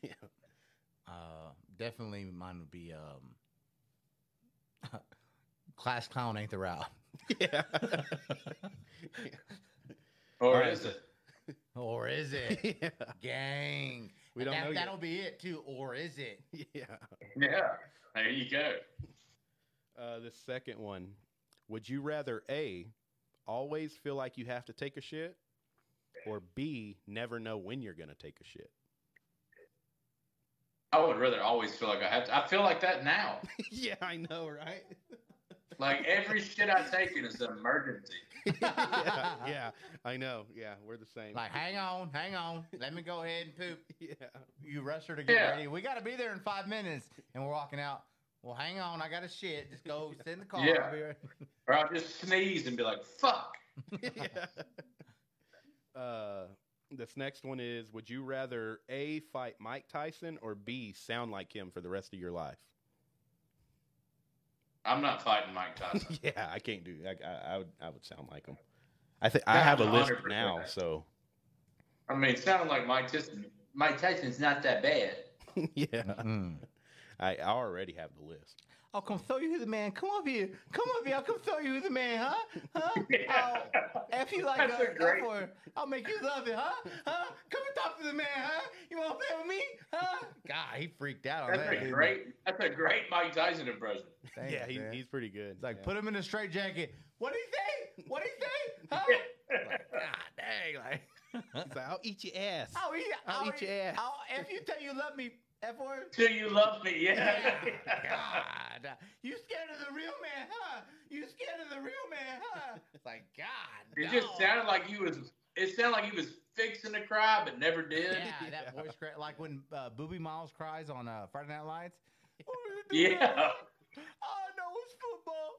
S5: Yeah.
S3: Uh, definitely, mine would be um, [LAUGHS] class clown ain't the route. [LAUGHS]
S5: [LAUGHS] Yeah.
S2: Or
S5: Alright,
S2: is it?
S3: Or is
S5: yeah.
S3: it? Gang.
S5: We don't
S3: that,
S5: know
S3: That'll be it too. Or is it?
S5: yet. Yeah.
S2: Yeah. There you go.
S5: Uh, the second one. Would you rather A, always feel like you have to take a shit, or B, never know when you're going to take a shit?
S2: I would rather always feel like I have to. I feel like that now.
S5: [LAUGHS] yeah, I know, right?
S2: Like every shit I take in is an emergency.
S5: [LAUGHS] [LAUGHS] [LAUGHS] yeah, yeah, I know. Yeah, we're the same.
S3: [LAUGHS] Like, hang on, hang on. Let me go ahead and poop.
S5: [LAUGHS] yeah,
S3: You rush her to get
S2: Yeah.
S3: ready. We got to be there in five minutes. And we're walking out. Well, hang on. I got to shit. Just
S5: [LAUGHS]
S3: go sit in the car.
S2: Yeah.
S3: I'll be right-
S2: Or I'll just sneeze and be like, fuck.
S3: [LAUGHS]
S5: yeah. [LAUGHS] Uh, this next one is: Would you rather A fight Mike Tyson or B sound like him for the rest of
S3: [LAUGHS]
S5: your life?
S2: I'm not fighting Mike Tyson.
S5: yeah, I can't do. I, I, I would. I would sound like him. I think I have a list
S2: 100%.
S5: now. So [LAUGHS]
S2: I mean, sounding like Mike Tyson. Mike Tyson's not that bad.
S3: [LAUGHS]
S5: yeah,
S3: Mm.
S5: I, I already have the list.
S3: I'll come throw you the man. Come up here. Come up here. I'll come throw you the man, huh? Huh?
S2: [LAUGHS] Yeah.
S3: I'll- If you like
S2: That's
S3: uh,
S2: a great-
S3: go for it. I'll make you love it, huh? Huh? Come and talk to the man, huh? You want to play with me, huh? God, he freaked out on
S2: That's
S3: that.
S2: a
S3: dude.
S2: great. That's a great Mike Tyson impression.
S3: Thanks,
S5: yeah, he,
S3: man.
S5: he's pretty good.
S3: It's like,
S5: yeah.
S3: put him in a straight jacket. What do you say? What do you
S2: [LAUGHS]
S3: say? Huh? like, God dang, like. [LAUGHS]
S5: He's like, I'll eat your ass.
S3: I'll eat,
S5: I'll eat your ass.
S3: I'll, if you tell you love me, F word?
S2: [LAUGHS]
S3: [LAUGHS]
S2: Do you love me? Yeah.
S3: God, you scared of the real man, huh? You scared of the real man, huh? It's like God.
S2: It
S3: no.
S2: just sounded like he was. It sounded like he was fixing to cry, but never did.
S3: Yeah, that voice crack, like when uh, Booby Miles cries on uh, Friday Night Lights. What are you doing
S2: Yeah.
S3: I know it's football.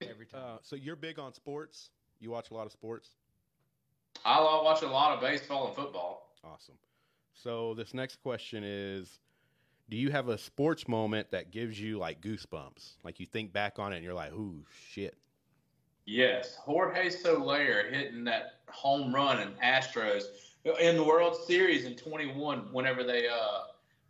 S3: What are you doing now? Every time.
S5: Uh,
S3: [LAUGHS]
S5: so you're big on sports. You watch a lot of sports.
S2: I lo- watch a lot of baseball and football.
S5: Awesome. So this next question is do you have a sports moment that gives you like goosebumps? Like you think back on it and you're like, "Ooh, shit."
S2: Yes, Jorge Soler hitting that home run in Astros in the World Series in 21. Whenever they, uh,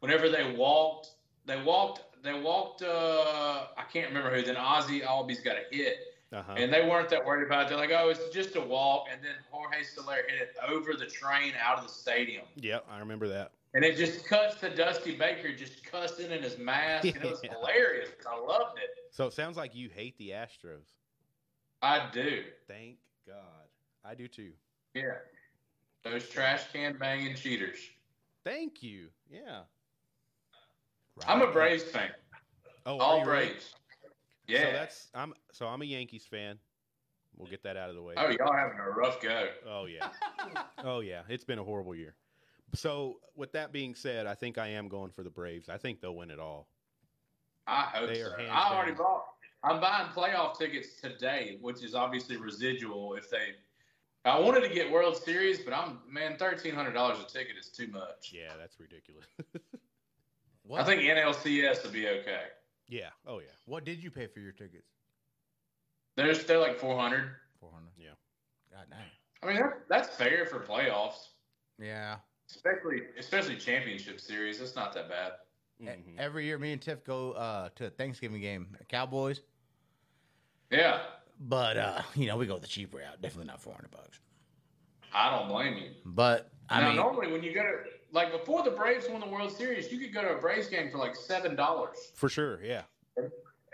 S2: whenever they walked, they walked, they walked. Uh, I can't remember who. Then Ozzy Albies got a hit,
S5: Uh-huh.
S2: and they weren't that worried about it. They're like, "Oh, it's just a walk." And then Jorge Soler hit it over the train out of the stadium.
S5: yep, I remember that.
S2: And it just cuts to Dusty Baker just cussing in his mask. And it was
S5: [LAUGHS] Yeah.
S2: hilarious. I loved it.
S5: So it sounds like you hate the Astros.
S2: I do.
S5: Thank God. I do too.
S2: Yeah. Those trash can banging cheaters.
S5: Thank you. Yeah.
S2: I'm a Braves fan.
S5: Oh,
S2: All
S5: are you really?
S2: Braves. Yeah.
S5: So that's I'm so I'm a Yankees fan. We'll get that out of the way.
S2: oh, y'all having a rough go.
S5: Oh yeah. oh yeah. It's been a horrible year. So with that being said, I think I am going for the Braves. I think they'll win it all.
S2: I hope
S5: They are
S2: so.
S5: hands
S2: I already
S5: down.
S2: bought. I'm buying playoff tickets today, which is obviously residual. If they, I wanted to get World Series, but I'm man, thirteen hundred dollars a ticket is too much.
S5: Yeah, that's ridiculous.
S3: What,
S2: I think NLCS would be okay.
S5: [LAUGHS] yeah. Oh yeah.
S3: What did you pay for your tickets?
S2: There's they're like four hundred.
S3: Four hundred.
S5: Yeah.
S3: God damn.
S2: I mean, that, that's fair for playoffs,
S3: Yeah. E,
S2: especially especially championship series. It's not that bad.
S3: E-
S5: Mhm.
S3: Every year, me and Tiff go uh, to a Thanksgiving game, Cowboys.
S2: Yeah,
S3: But uh, [LAUGHS] you know, we go the cheap route. Definitely not four hundred bucks.
S2: I don't blame you.
S3: But I
S2: now,
S3: mean,
S2: normally when you go to like before the Braves won the World Series, you could go to a Braves game for like seven dollars,
S5: For sure. Yeah.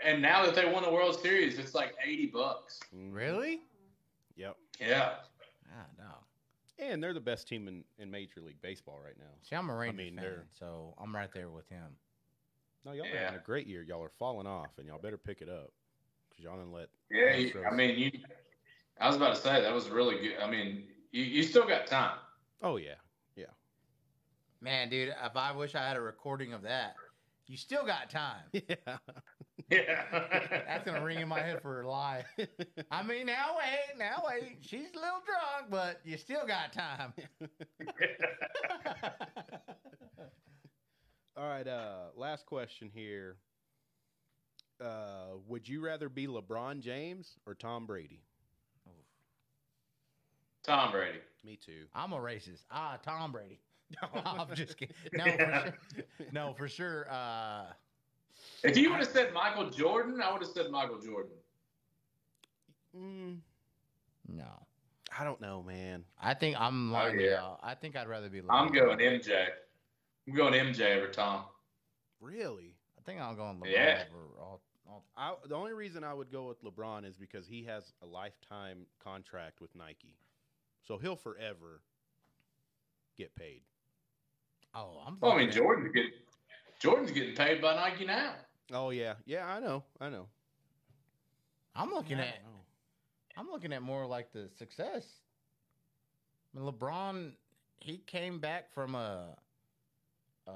S2: and now that they won the World Series, it's like eighty bucks.
S5: Mhm.
S3: really?
S5: Yep.
S2: Yeah,
S3: Ah, no.
S5: And they're the best team in, in Major League Baseball right now.
S3: See, I'm a Ranger
S5: mean,
S3: fan,
S5: they're-
S3: so I'm right there with him.
S5: No, y'all are
S2: Yeah.
S5: having a great year. Y'all are falling off, and y'all better pick it up because y'all didn't let.
S2: yeah. you-
S5: Astros-
S2: I mean, you. I was about to say that was really good. I mean, you, you still got time.
S5: Oh yeah.
S3: Man, dude, if I wish I had a recording of that, you still got time.
S5: [LAUGHS] Yeah.
S2: Yeah,
S3: [LAUGHS] That's gonna ring in my head for life. [LAUGHS] I mean, now wait, now wait. She's a little drunk, but you still got time.
S5: All right. Uh, last question here. Uh, would you rather be LeBron James or Tom Brady?
S2: [LAUGHS] Tom Brady.
S5: Me too.
S3: I'm a racist. Ah,
S2: [LAUGHS]
S3: Tom Brady. [LAUGHS]
S5: [LAUGHS]
S3: No, I'm just kidding. No, for sure. No, for sure. Uh,
S2: If you would have said Michael Jordan, I would have said Michael Jordan.
S5: Mm,
S3: no.
S5: I don't know, man.
S3: I think I'm like
S2: Oh, yeah.
S3: y'all. I think I'd rather be.
S2: I'm
S3: LeBron.
S2: going MJ. I'm going MJ over Tom.
S5: Really?
S3: I think I'm going LeBron
S2: Yeah.
S3: over all. all
S5: I, the only reason I would go with LeBron is because he has a lifetime contract with Nike, so he'll forever get paid.
S3: oh, I'm.
S2: Well, I mean,
S3: thinking-
S2: Jordan's getting Jordan's getting paid by Nike now.
S5: Oh yeah, yeah. I know. I know.
S3: I'm looking
S5: I
S3: at.
S5: don't know.
S3: I'm looking at more like the success. I mean, LeBron, he came back from a, a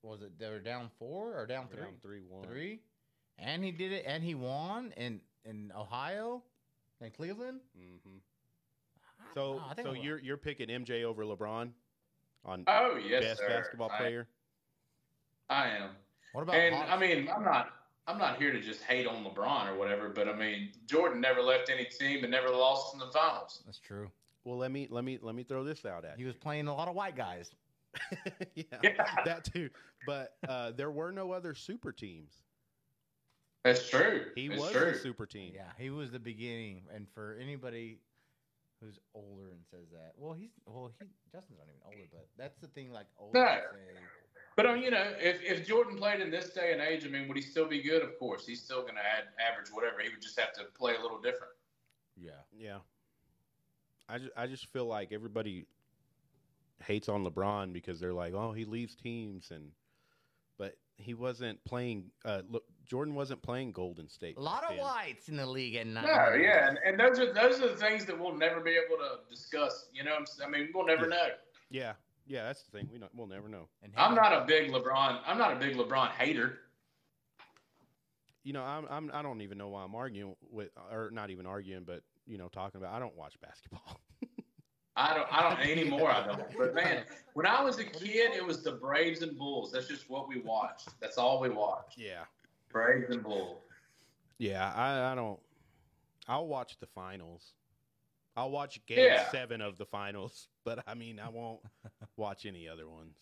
S3: what was it they were down four or down
S5: We're
S3: three?
S5: down three one.
S3: Three, and he did it, and he won in in Ohio, and Cleveland.
S5: Mm-hmm.
S3: I
S5: So,
S3: don't know. Ah, I think
S5: so
S3: I'm a-
S5: you're you're picking MJ over LeBron on
S2: Oh yes,
S5: best
S2: sir.
S5: basketball
S2: I-
S5: player.
S2: I am.
S3: what about?
S2: And
S3: Hawks?
S2: I mean, I'm not. I'm not here to just hate on LeBron or whatever, but I mean, Jordan never left any team and never lost in the finals.
S3: that's true.
S5: Well, let me let me let me throw this out at
S3: He
S5: you.
S3: was playing a lot of white guys.
S5: [LAUGHS] yeah,
S2: Yeah,
S5: that too. But uh, there were no other super teams.
S2: that's true.
S5: He
S2: It's
S5: was
S2: true.
S5: a super team.
S3: Yeah, he was the beginning. And for anybody who's older and says that, well, he's well, he Justin's not even older, but that's the thing. Like older,
S2: No.
S3: say,
S2: But um, you know, if, if Jordan played in this day and age, I mean, would he still be good? Of course, he's still going to add average whatever. He would just have to play a little different.
S3: yeah,
S5: Yeah. I just I just feel like everybody hates on LeBron because they're like, oh, he leaves teams and, but he wasn't playing. Uh, look, Jordan wasn't playing Golden State.
S3: A lot
S5: back
S3: of
S5: then.
S3: whites in the league and not
S2: No, yeah, and, and those are those are the things that we'll never be able to discuss. You know, what I'm s- I mean, we'll never know.
S5: Yeah, yeah, that's the thing. We not, we'll never know.
S3: And
S2: I'm
S3: him-
S2: not a big LeBron. I'm not a big LeBron hater.
S5: You know, I'm, I'm I don't even know why I'm arguing with, or not even arguing, but you know, talking about. I don't watch basketball.
S2: I don't. I don't anymore. I don't. But man, when I was a kid, it was the Braves and Bulls. That's just what we watched. That's all we watched.
S5: yeah,
S2: Braves and Bulls.
S5: yeah, I, I don't. I'll watch the finals. I'll watch game
S2: Yeah.
S5: seven of the finals, [LAUGHS] but I mean, I won't watch any other ones.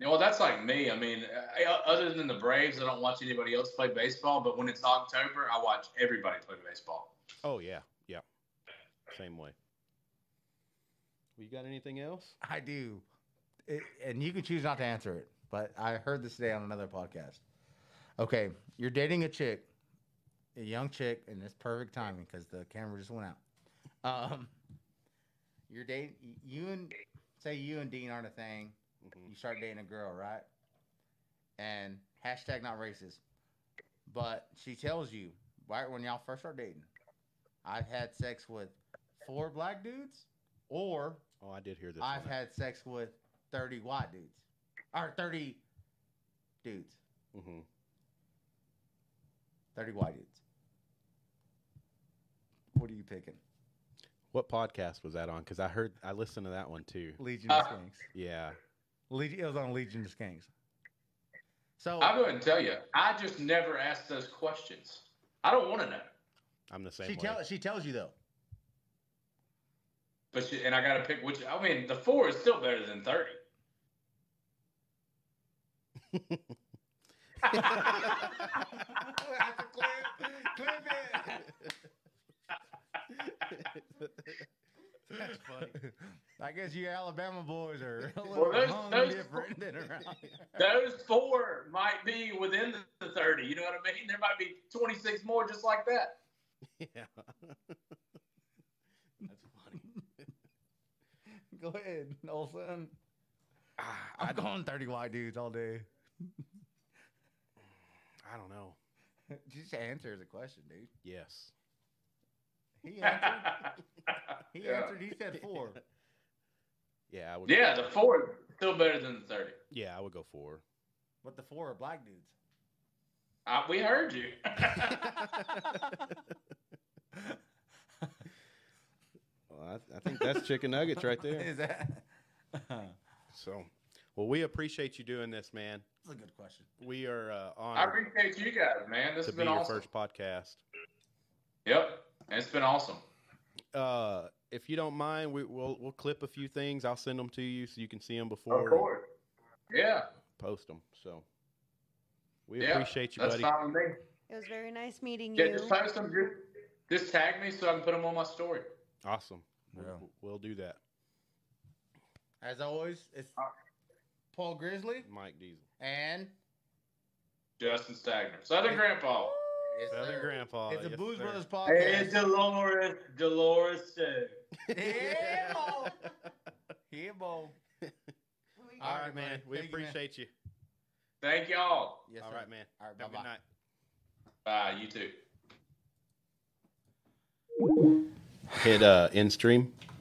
S2: Yeah, Well, that's like me. I mean, I- other than the Braves, I don't watch anybody else play baseball. But when it's October, I watch everybody play baseball.
S5: Oh yeah, yeah, same way. Well, you got anything else?
S3: I do. It, and you can choose not to answer it, but I heard this today on another podcast. Okay, you're dating a chick, a young chick, and it's perfect timing because the camera just went out. Um, you're dating you and say you and Dean aren't a thing.
S5: Mhm.
S3: You start dating a girl, right? And hashtag not racist, but she tells you right when y'all first start dating, I've had sex with four black dudes or
S5: Oh, I did hear this.
S3: I've
S5: one.
S3: had sex with 30 white dudes. Or 30 dudes.
S5: Mhm.
S3: 30 white dudes. What are you picking?
S5: What podcast was that on? Because I heard I listened to that one too.
S3: Legion of
S2: Uh,
S3: Skanks.
S5: Yeah.
S3: Legion, it was on Legion of Skanks. So,
S2: I'll go ahead and tell you, I just never ask those questions. I don't want to know.
S5: I'm the same
S3: she,
S5: way. [LAUGHS]
S3: tell, she tells you, though.
S2: But you, and I got to pick which. I mean, the four is still better than thirty. [LAUGHS]
S3: That's funny. [LAUGHS] I guess you Alabama boys are a little
S2: Well, those-
S3: hung
S2: those-
S3: different than around here.
S2: Those four might be within the thirty. You know what I mean? There might be twenty six more just like that.
S5: yeah. That's funny.
S3: [LAUGHS] Go ahead, Olson.
S5: Ah, I,
S3: I'm
S5: don't,
S3: going 30 white dudes all day.
S5: I don't know.
S3: [LAUGHS] Just answer the question, dude.
S5: Yes.
S3: [LAUGHS] He answered.
S5: Mm-hmm.
S3: He
S2: yeah.
S3: answered. He said four.
S5: Yeah, I would.
S2: [LAUGHS] yeah, the four is still better than the thirty.
S5: Yeah, I would go four.
S3: But the four are black dudes.
S5: [LAUGHS]
S2: I, we heard you.
S5: Well, I, I think that's chicken nuggets right [LAUGHS] there.
S3: Is that? That's
S5: So, well, we appreciate you doing this, man.
S3: a good question.
S5: We are uh,
S2: I
S5: honored
S2: appreciate you guys, man. This
S5: to
S2: has
S5: be
S2: been
S5: your
S2: awesome.
S5: first podcast.
S2: Yep, and it's been awesome.
S5: Uh, if you don't mind, we, we'll we'll clip a few things. I'll send them to you so you can see them before and
S2: Yeah,
S5: post them. So, we
S2: Yeah,
S5: appreciate you,
S2: that's
S5: buddy.
S2: fine with me.
S4: It was very nice meeting
S2: Yeah,
S4: you.
S2: just post them. Just, just tag me so I can put them on my story.
S5: Awesome.
S3: Yeah.
S5: We'll, we'll do that.
S3: As always, it's Paul Grizzly
S5: Mike Diesel.
S3: and
S2: Justin Stagner, Southern Grandpa.
S3: it's
S5: Southern
S3: a-
S5: Grandpa.
S3: It's a
S5: yes,
S3: Booze
S5: sir.
S3: Brothers
S2: Hey,
S3: podcast.
S2: Dolores, Dolores.
S3: [LAUGHS] Yeah, boy. Yeah, boy.
S4: Oh, We
S5: All
S4: got
S5: right, man. We
S3: Thank you, man.
S5: appreciate you.
S2: Thank y'all.
S3: Yes,
S5: All
S3: sir.
S5: right, man.
S3: All right,
S5: Have a
S3: bye-bye.
S5: good night.
S2: Bye. You too.
S5: Hit uh, in stream.